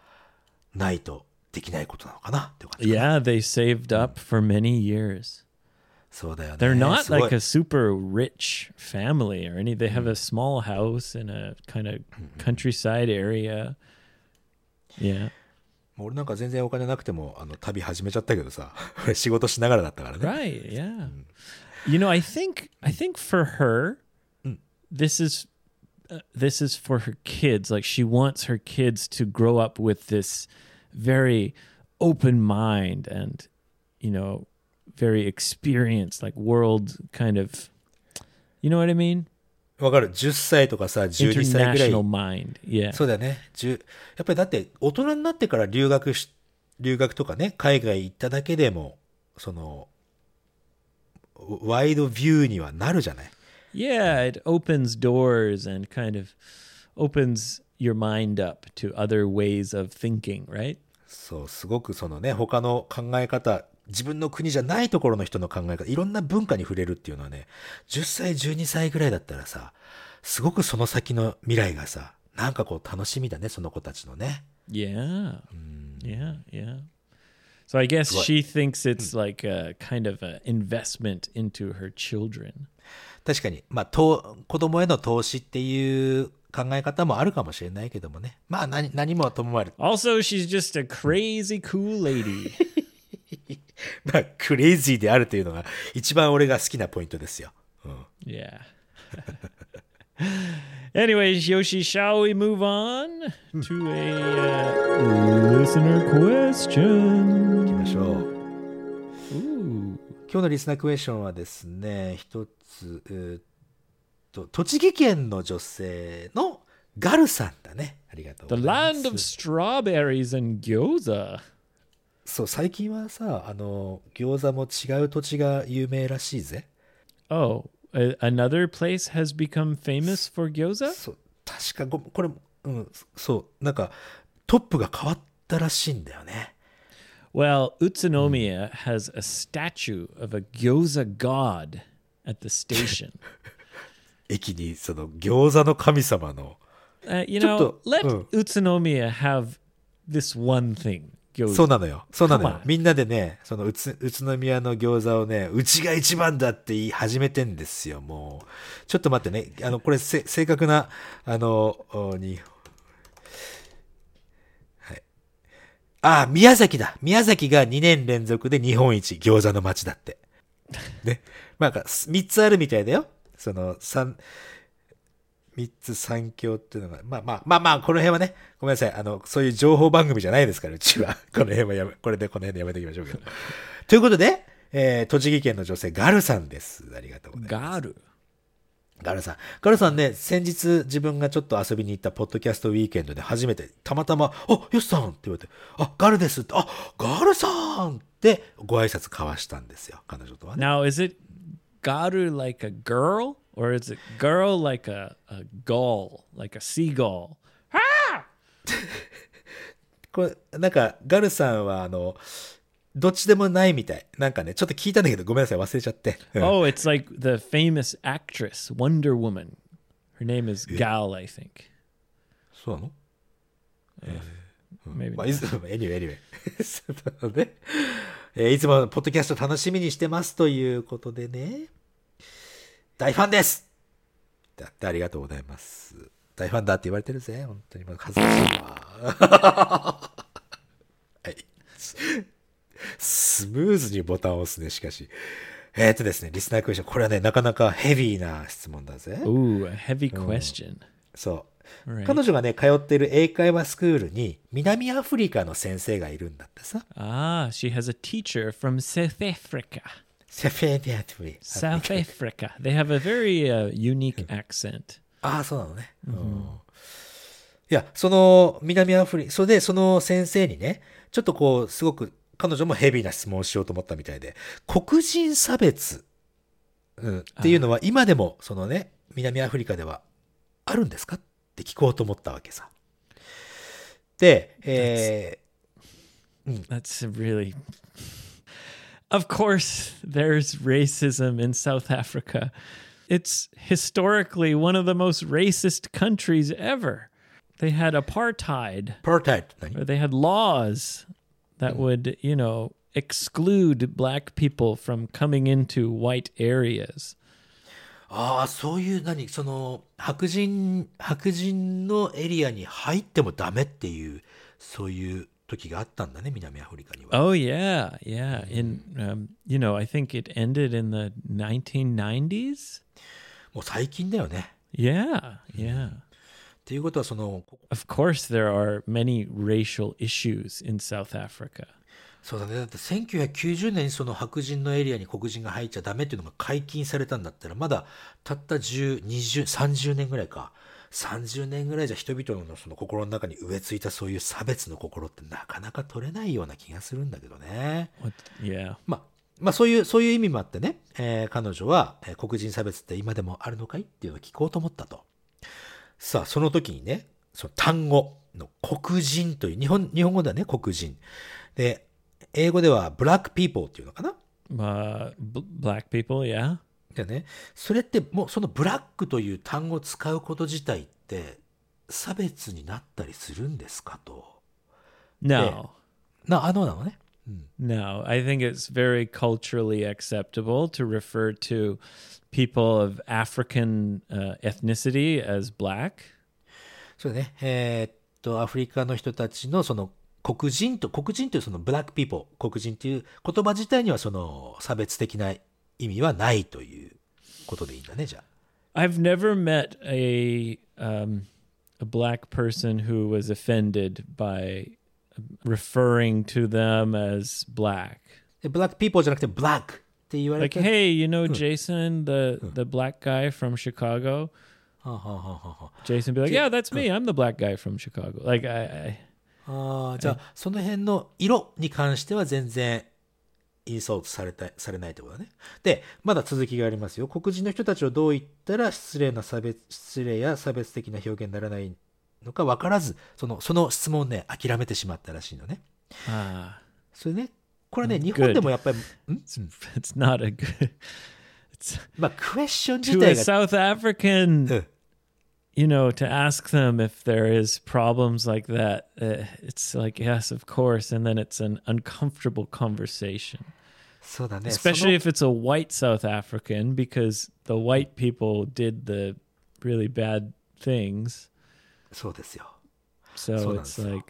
S2: ないとできないことなのかなっていう感じ
S1: Yeah, they saved up for many years.
S2: そうだよね
S1: They're not
S2: すごい
S1: like a super rich family or any. They have a small house in a kind of countryside area. Yeah.
S2: もう俺なんか全然お金なくてもあの旅始めちゃったけどさ (laughs) 俺仕事しながらだったからね
S1: Right. Yeah. You know, I think I think for her, this is uh, this is for her kids. Like she wants her kids to grow up with this very open mind and you know very experienced, like world kind of. You know what I mean?
S2: わかる10歳とかさ12歳ぐらい
S1: International mind. Yeah.
S2: そうだよね。10やっぱりだって、大人になってから留学し、留学とかね、海外行っただけでも、その、ワイドビューにはなるじゃない。
S1: Yeah, it opens doors and kind of opens your mind up to other ways of thinking, right?
S2: そう、すごくそのね、他の考え方、自分の国じゃないところの人の考え方、いろんな文化に触れるっていうのはね、10歳、12歳ぐらいだったらさ、すごくその先の未来がさ、なんかこう楽しみだね、その子たちのね。
S1: Yeah. Yeah, yeah. So I guess she thinks it's like a kind of an investment into her children.
S2: 確かに、まあ、投子供への投資っていう考え方もあるかもしれないけどもね。まあ、何何もともあれ、
S1: Also, she's just a crazy cool lady.
S2: (laughs) まあ、クレイジーであるというのが、一番俺が好きなポイントですよ。
S1: yeah. (laughs) Anyways, Yoshi, shall we move on to a uh, listener question?
S2: 行きましょう。
S1: Ooh.
S2: 今日のリスナークエスチョンはですね、一つ、えーっと、栃木県の女性のガルさんだね。ありがとう
S1: The
S2: ござい
S1: land
S2: ま
S1: of
S2: す。
S1: strawberries and gyoza.
S2: そう、最近はさ、あの、餃子も違う土地が有名らしいぜ。
S1: Oh, a- another place has become famous for gyoza?
S2: そう確かごこれうんそうなんかトップが変わったらしいんだよね
S1: Well, Utsunomiya has a statue of a gyoza god at the station.
S2: 駅にその餃子の神様の
S1: uh, you
S2: ちょっと、
S1: know, let
S2: うん。
S1: Utsunomiya have this one thing,
S2: そう
S1: gyoza.
S2: なのよそうなの
S1: か
S2: よ
S1: ま
S2: みんなでねその宇都宇都宮の餃子をねうちが一番だって言い始めてんですよもうちょっと待ってねあのこれせ正確なあのおにはいああ宮崎だ宮崎が2年連続で日本一餃子の街だってね。まあ、なんか、三つあるみたいだよ。その、三、三つ三強っていうのが。まあまあ、まあまあ、この辺はね、ごめんなさい。あの、そういう情報番組じゃないですから、うちは。 (laughs) この辺はやめ、これでこの辺でやめておきましょうけど。 (laughs) ということで、えー、栃木県の女性、ガルさんです。ありがとうございます。
S1: Garu.
S2: ガルさん。ガルさんね、先日自分がちょっと遊びに行ったポッドキャストウィーケンドで初めて、たまたま、あ、ヨシさんって言われて、あ、ガルですって、あ、ガルさんってご挨拶交わしたんですよ、彼女とはね。
S1: Now, is it garu like a girl, or is it girl like a, a gull, like a seagull?
S2: これ、なんか、ガルさんは、あの、どっちでもないみたい。なんかね、ちょっと聞いたんだけど、ごめんなさい、忘れちゃって。うん、
S1: Oh, it's like the famous actress Wonder Woman. Her name is Gal, I think.
S2: そうなの
S1: Maybe.
S2: まあ、いつも、anyway, (laughs) anyway. (laughs) そうなのねえーいつも、ポッドキャスト楽しみにしてますということでね。大ファンですだってありがとうございます。大ファンだって言われてるぜ、本当に。まあ、恥ずかしいわ。 (laughs) はい。スムーズにボタンを押すね、しかし。えーっとですね、リスナークエスチョン。これはね、なかなかヘビーな質問だぜ。
S1: Ooh, a heavy question.
S2: そう。
S1: Right.
S2: 彼女がね、通ってる英会話スクールに、南アフリカの先生がいるんだってさ。
S1: Ah, she has a teacher from South Africa.
S2: セフェディアトゥリ
S1: South Africa. They have a very uh, unique accent.
S2: ああ、そうなのね。うん。
S1: うん
S2: いや、その、南アフリカ、それで、その先生にね、ちょっとこう、すごく、彼女もヘビーな質問をしようと思ったみたいで、黒人差別、うん、っていうのは、今でも、そのね、南アフリカでは、あるんですかって聞こうと思ったわけさ。で、え
S1: That's a really. Of course, there's racism in South Africa. It's historically one of the most racist countries ever. They had apartheid,
S2: ー、パータイプ、
S1: or they had laws that would, you know, exclude black people from coming into white areas.
S2: ああ、そういう、何その、白人、白人のエリアに入ってもダメっていう、そういう時があったんだね、南アフリカには。
S1: Oh yeah, yeah. In um, you know, I think it ended in the 1990s.
S2: もう最近だよね。
S1: Yeah, yeah.
S2: っていうことは、その、
S1: Of course, there are many racial issues in South Africa.
S2: そうだね。だって1990年にその白人のエリアに黒人が入っちゃダメっていうのが解禁されたんだったら、まだたった10、20、30年ぐらいか。30年ぐらいじゃ人々のその心の中に植え付いたそういう差別の心ってなかなか取れないような気がするんだけどね。
S1: What, yeah.
S2: まあ、まあそういう、そういう意味もあってね、えー彼女は、えー黒人差別って今でもあるのかいっていうのを聞こうと思ったと。さあ、その時にね、その単語の黒人という、日本、日本語ではね、黒人。で、英語ではブラックピーポーっていうのかな
S1: Uh, b- black people, yeah.
S2: でね、それってもうそのブラックという単語を使うこと自体って差別になったりするんですかと。
S1: No,
S2: な、あのなのね。うん。
S1: no. I think it's very culturally acceptable to refer to people of African uh, ethnicity as black.
S2: そうだね。えーっと、アフリカの人たちのその黒人と、黒人というそのブラックピーポー、黒人という言葉自体にはその差別的な意味はないということでいいんだね、じゃあ。
S1: I've never met a um, a black person who was offended by referring to them as black.
S2: でブラックピーポーじゃなくてブラックって言われ
S1: like
S2: て。
S1: hey you know jason the the black guy from chicago
S2: はあはあはあはあ
S1: jason be like yeah that's me i'm the black guy from chicago like i, I
S2: ああ、じゃあ、その辺の色に関しては全然、インサルトされた、されないってことだね。で、まだ続きがありますよ。黒人の人たちをどう言ったら失礼な差別、失礼や差別的な表現にならないのか分からず、その、その質問をね、諦めてしまったらしいのね。
S1: ah (laughs)
S2: それね、これね、
S1: Good.
S2: 日本でもやっぱり、ん
S1: it's, it's not a good
S2: まあ、クエスチョン
S1: to
S2: 自
S1: a
S2: 体が、
S1: south
S2: う
S1: african
S2: ん
S1: you know to ask them if there is problems like that uh, it's like yes of course and then it's an uncomfortable conversation
S2: そうだね。そ
S1: especially
S2: の
S1: if it's a white South African, because the white people did the really bad things.
S2: そうですよ。
S1: So
S2: So
S1: it's
S2: that's-
S1: like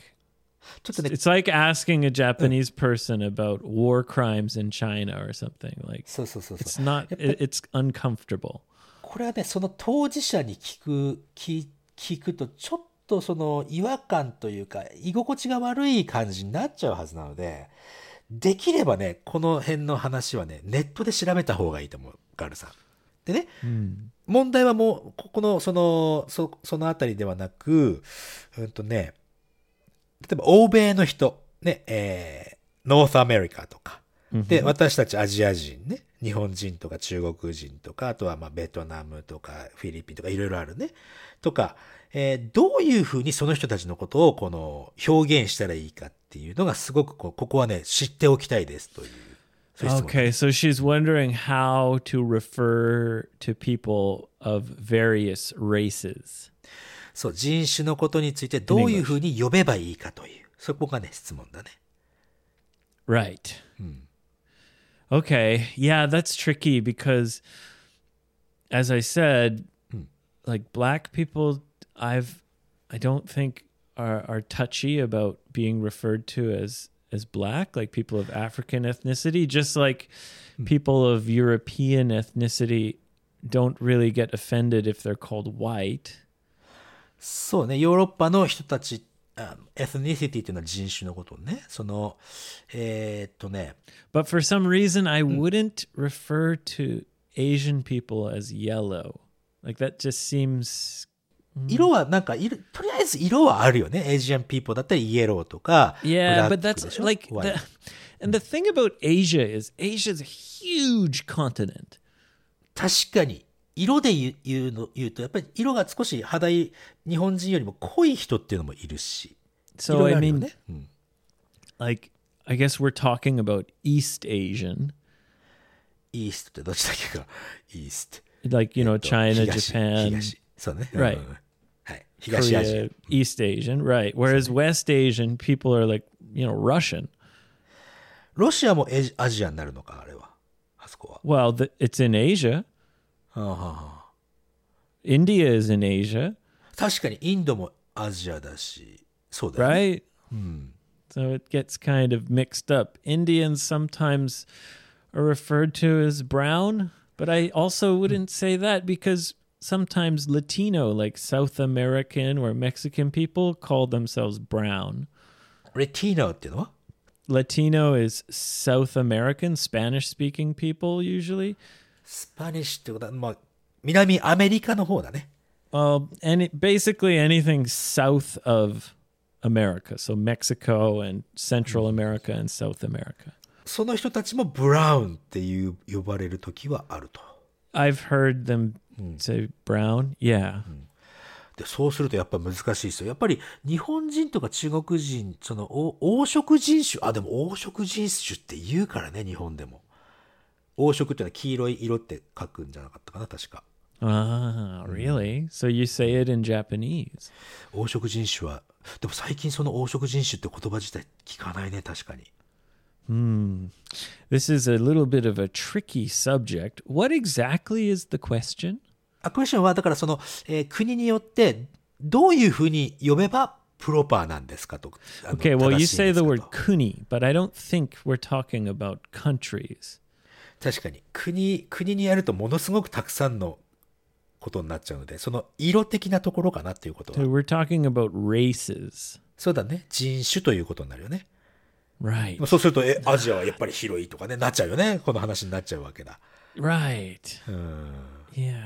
S2: ちょっとね、
S1: it's like asking a Japanese person about war crimes in China or something. Like
S2: そうそうそうそう。
S1: it's not, it, it's uncomfortable.
S2: これはねその当事者に聞く聞聞くとちょっとその違和感というか居心地が悪い感じになっちゃうはずなのでできればねこの辺の話はねネットで調べた方がいいと思うガルさん。でね
S1: Mm.
S2: 問題はもうここのそのそそのあたりではなくうんとね例えば欧米の人ねえーノースアメリカとかで、私たちアジア人ね、日本人とか中国人とか、あとはまあベトナムとかフィリピンとかいろいろあるね。とか、えーどういうふうにその人たちのことをこの表現したらいいかっていうのがすごくこうここはね、知っておきたいですという。そういう質問
S1: Okay, so she's wondering how to refer to people of various races.
S2: そう、人種のことについてどういうふうに呼べばいいかという。そこがね、質問だね。
S1: Right. Okay. Yeah, that's tricky because, as I said, like black people, I've, I don't think are are touchy about being referred to as as black, like people of African ethnicity, just like people of European ethnicity don't really get offended if they're called white.
S2: そうね、ヨーロッパの人たち、あエスニシティっていうのは人種のことね。その、えーっとね、
S1: But for Hmm. some reason, I wouldn't refer to Asian people as yellow. Like that just seems
S2: 色はなんか色、とりあえず色はあるよね。エイジアンピーポーだったらイエローとか。
S1: Yeah,
S2: ブラ
S1: but
S2: ック
S1: that's
S2: でしょ
S1: like
S2: ホワイト
S1: the, and the thing about Asia is Asia's a huge continent.
S2: 確かに。色で言う言うの言うと、やっぱり色が少し肌色、日本人よりも濃い人っていうのもいるし。
S1: So
S2: 色
S1: I
S2: 々あるよ
S1: mean
S2: ねうん
S1: like I guess we're talking about East Asian.
S2: イーストってどっちだっけか。イースト。
S1: Like, you know,
S2: と
S1: China,
S2: 東
S1: Japan,
S2: 東そうね。
S1: Right.
S2: うんはい。東アジア
S1: Korea,。East Asian, right. Whereas West Asian people are like, you know, Russian.
S2: ロシアもエジアジアになるのか、あれは。あそこ
S1: Well, the, it's in Asia.
S2: は。はあはあはあ
S1: India is in Asia,
S2: 確かにインドもアジアだし。そうだよね。
S1: right? So it gets kind of mixed up. Indians sometimes are referred to as brown, but I also wouldn't say that because sometimes Latino, like South American or Mexican people, call themselves brown.
S2: レティーノっていうのは
S1: Latino is South American, Spanish speaking people usually.
S2: スパニッシュってことは、まあ、南アメリカの方だね。
S1: Well, any basically anything south of America, so Mexico and Central America and South America.
S2: その人たちもブラウンっていう呼ばれる時はあると。
S1: I've heard them say brown. Yeah.
S2: でそうするとやっぱ難しいですよ。やっぱり日本人とか中国人、そのお黄色人種、あ、でも黄色人種って言うからね、日本でも。黄色っていうのは黄色い色って書くんじゃなかったかな、確か。
S1: Ah, really? So you say it in Japanese.
S2: 黄色人種は、でも最近その黄色人種って言葉自体聞かないね、確かに。
S1: This is a little bit of a tricky subject. What exactly is the question?
S2: アクエションは、だからその、えー国によって、どういうふうに読めばプロパーなんですかと。あの
S1: Okay, well,
S2: 正
S1: you
S2: しい
S1: say
S2: んですか
S1: the
S2: と
S1: word kuni, but I don't think we're talking about countries.
S2: 確かに国国にやるとものすごくたくさんのことになっちゃうのでその色的なところかなっていうことは
S1: So we're talking about races.
S2: そうだね人種ということになるよね (laughs)
S1: Right.
S2: そうするとえアジアはやっぱり広いとかねなっちゃうよねこの話になっちゃうわけだ
S1: Right. Yeah.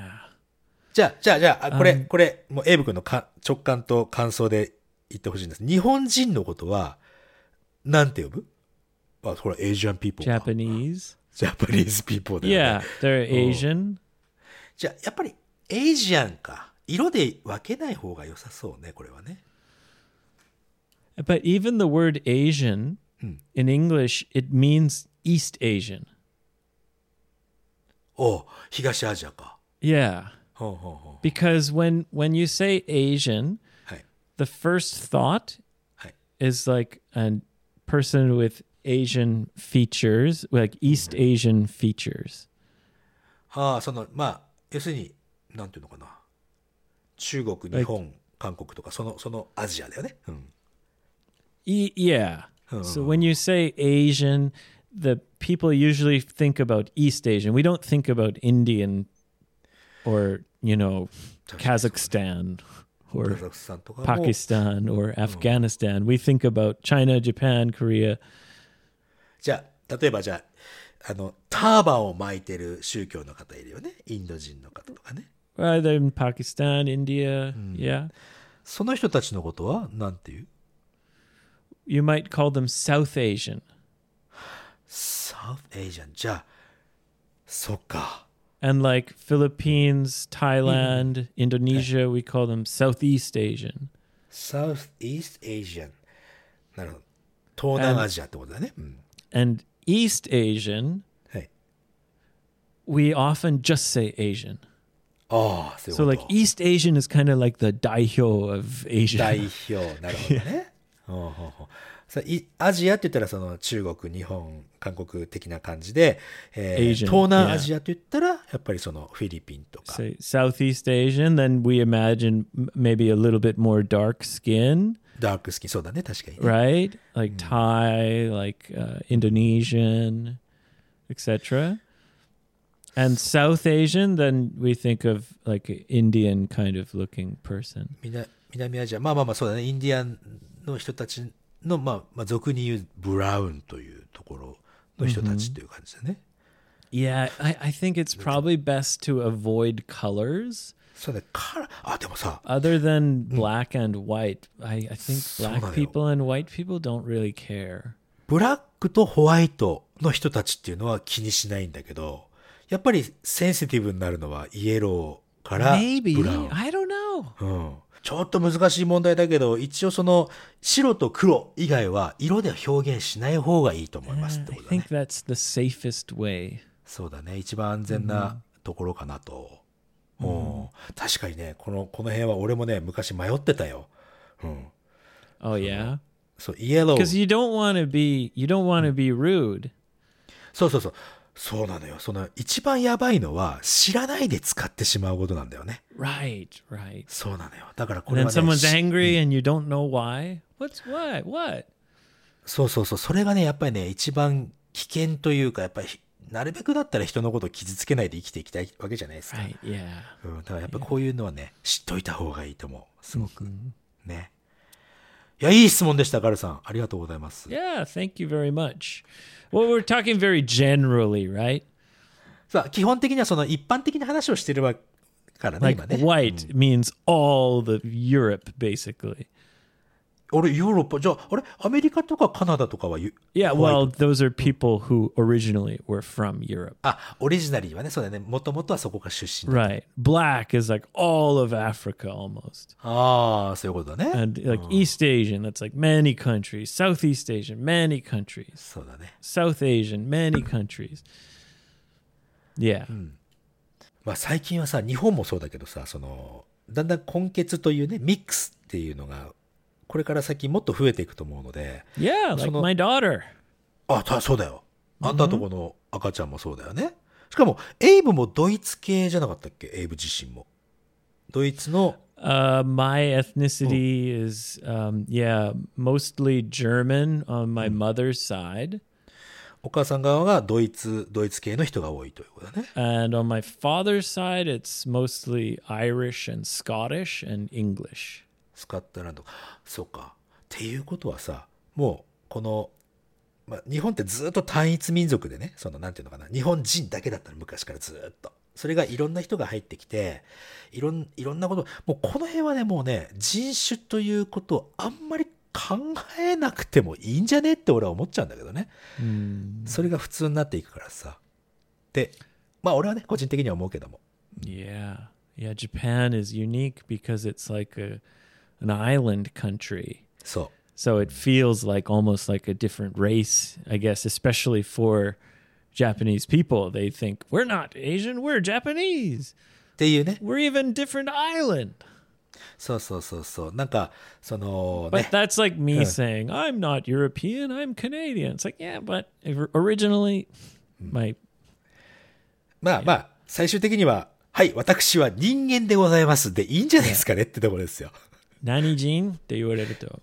S2: じゃあじゃあじゃああこれ、これもうエイブ君のか直感と感想で言ってほしいんです日本人のことはなんて呼ぶあほらエイジアンピーポー
S1: Japanese.
S2: ジャパニーズピーポーだよね
S1: Yeah, they're Asian.
S2: じゃあやっぱりエイジアンか色で分けない方が良さそうねこれはね
S1: But even the word Asian in English, it means East Asian.
S2: おう東アジアか。
S1: Yeah.
S2: ほうほうほう
S1: Because when when you say Asian,
S2: はい。
S1: the first thought
S2: はい。
S1: is like a person with Asian features, like East Asian features.
S2: はあ、その、まあ、要するに、なんていうのかな。中国、日本、韓国とか、その、そのアジアだよね。うん。
S1: E- yeah. So when you say Asian, the people usually think about East Asian. We don't think about Indian or, you know, Kazakhstan
S2: カ
S1: or
S2: ザフさんとかも。
S1: Pakistan or Afghanistan. We think about China, Japan, Korea.
S2: じゃあ、例えばじゃあ、あの、ターバンを巻いてる宗教の方いるよね。インド人の方とかね。
S1: Well, they're in Pakistan, India. Yeah.
S2: その人たちのことは、なんていう
S1: You might call them South Asian.
S2: サウスエイジアン。じゃあ、そっか。
S1: And like Philippines, Thailand, Indonesia, we call them Southeast Asian.
S2: サウスイーストエイジアン。なるほど。東南アジアってことだね。うん。
S1: And East Asian,
S2: はい。
S1: we often just say Asian.
S2: ああ、そういう
S1: So
S2: こ
S1: like
S2: と。
S1: East Asian is kind of like the daihyo of Asia.
S2: 代表なるほどね。ほうほうほうさいアジアって言ったらその中国、日本、韓国的な感じで、えー
S1: Asian
S2: 東南アジアって言ったらやっぱりそのフィリピンとか
S1: (laughs) Say Southeast Asian, then we imagine m- maybe a little bit more dark skin,
S2: ダークスキンそうだね確かにね、
S1: right? Like Thai, like uh, Indonesian, etc. And South Asian, then we think of like an Indian kind of looking person.
S2: 南南アジアまあまあまあそうだねインディアンの人たちの、まあ、まあ俗に言うブラウンというところの人たちという感じだね、
S1: Yeah, I, I think it's probably best to avoid colors.
S2: そうね、カラー、あ、でもさ、
S1: Other than black and white, I, I think
S2: そうなの
S1: black
S2: よ。
S1: people and white people don't really care.
S2: ブラックとホワイトの人たちっていうのは気にしないんだけど、やっぱりセンシティブになるのはイエローからブ
S1: Maybe.
S2: ラウン。
S1: I don't know.
S2: うん。ちょっと難しい問題だけど、一応その白と黒以外は色で表現しない方がいいと思いますって
S1: I
S2: ことだね
S1: think。that's the safest way.
S2: そうだね。一番安全なところかなと。うん。確かにね、この、この辺は俺もね、昔迷ってたよ。うん。
S1: Oh, yeah?
S2: そう、イエロー
S1: Because。you don't want to be you don't want to be rude.
S2: そうそうそう。そうなのよ。その、一番やばいのは、知らないで使ってしまうことなんだよね。
S1: Right, right.
S2: そうなのよ。だからこ
S1: And
S2: れ
S1: then
S2: はね、
S1: someone's
S2: し
S1: angry and you don't know why. What's what? What?
S2: そうそうそう。それがね、やっぱりね、一番危険というか、やっぱり、なるべくだったら人のことを傷つけないで生きていきたいわけじゃないですか。
S1: Right, yeah.
S2: うん、だからやっぱこういうのはね、知っといた方がいいと思う。すごく。ね。いや、いい質問でした、ガルさん。ありがとうございます。
S1: Yeah, thank you very much. Well, we're talking very generally, right?
S2: さあ、基本的にはその一般的な話をしてるわからね、
S1: Like
S2: 今ね。
S1: white means all the Europe basically.
S2: 俺、ヨーロッパ、じゃあ、あれアメリカとかカナダとかは言う
S1: Yeah,
S2: ホワイト
S1: well, those are people who originally were from Europe.
S2: あ、オリジナリーはね、そうだね。もともとはそこが出身だ
S1: Right. Black is like all of Africa almost.
S2: ああ、そういうことだね。
S1: And like East Asian, that's like many countries. Southeast Asian, many countries.
S2: そうだね。
S1: South Asian, many countries. Yeah.
S2: まあ最近はさ、日本もそうだけどさ、その、だんだん根血というね、ミックスっていうのが、これから先もっと増えていくと思うので、
S1: Yeah, like
S2: not-
S1: my daughter.
S2: あ、たそうだよ。あんたとこの赤ちゃんもそうだよね。しかも、エイブもドイツ系じゃなかったっけエイブ自身も。ドイツの、
S1: Uh, my ethnicity is, um, yeah, mostly German on my mother's side.
S2: お母さん側がドイツ、ドイツ系の人が多いということだね。
S1: And on my father's side, it's mostly Irish and Scottish and English.
S2: スカットランド。そうか。っていうことはさ、もう、この、まあ、日本ってずっと単一民族でね、その、なんていうのかな、日本人だけだったの、昔からずっと。それがいろんな人が入ってきて、いろん、いろんなこと、もうこの辺はね、もうね、人種ということをあんまり考えなくてもいいんじゃねって俺は思っちゃうんだけどね。それが普通になっていくからさ。で、まあ俺はね、個人的には思うけども。
S1: Yeah. Yeah, Japan is unique because it's like a an island country.
S2: そう。
S1: So it feels like almost like a different race, I guess, especially for Japanese people. They think we're not Asian, we're Japanese.
S2: っていうね。
S1: We're even different island.
S2: そうそうそうそう。なんか、その、ね
S1: (laughs) But。that's like me saying, I'm not European, I'm Canadian. It's like, yeah, but originally my
S2: まあまあ、最終的には、はい、私は人間でございますでいいんじゃないですかねってところですよ。
S1: nani jin って言われると、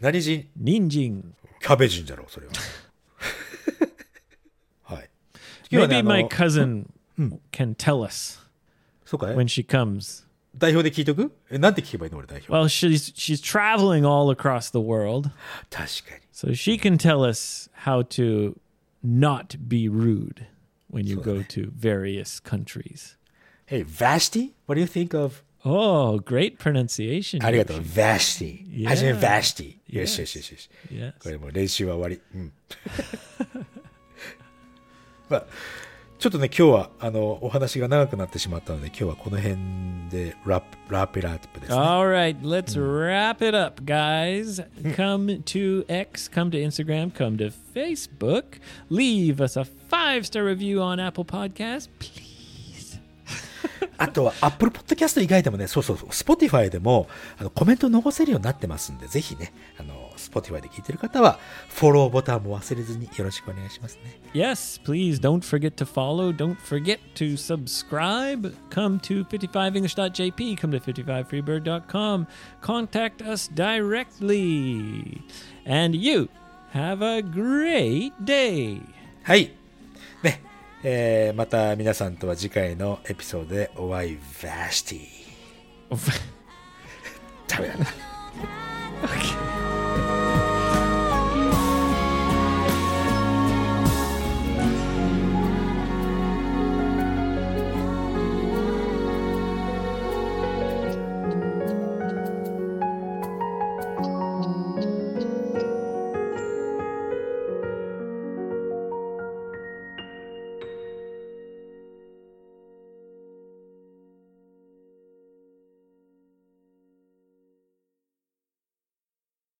S2: 何人
S1: 人参。
S2: キャベ人じゃろう、それ (laughs) は。はい。今日はね
S1: Maybe my
S2: あの
S1: cousin can tell us
S2: そうかい
S1: when she comes.
S2: 代表で聞いとくえ、なんて聞けばいいの俺代表。
S1: Well, she's she's traveling all across the world.
S2: 確かに。
S1: So she can tell us how to not be rude when you go to various countries.
S2: Hey, Vashti? What do you think of?
S1: Oh, great pronunciation.
S2: ありがとう。Vashti.
S1: Yeah.
S2: はじめ Vashti. よ
S1: Yes.
S2: しよしよしよし。
S1: Yes.
S2: これもう練習は終わり。うん。 (laughs) まあ、ちょっとね、今日は、あの、お話が長くなってしまったので、今日はこの辺でラップ、ラペラップですね。
S1: All right, let's wrap it up, guys. Come to X, come to Instagram, come to Facebook. Leave us a five star review on Apple Podcasts, please.
S2: あとは、Apple Podcast 以外でもね、そうそうそう、Spotify でも、あの、コメント残せるようになってますんで、ぜひね、あの、Spotify で聞いてる方は、フォローボタンも忘れずによろしくお願いしますね。
S1: Yes, please don't forget to follow. Don't forget to subscribe. Come to 55english.jp. Come to 55freebird.com. Contact us directly. And you have a great day.
S2: はい。ね、えー、また皆さんとは次回のエピソードでお会い、バーシティ。ダメだ
S4: 「
S2: な。
S4: あなたのために」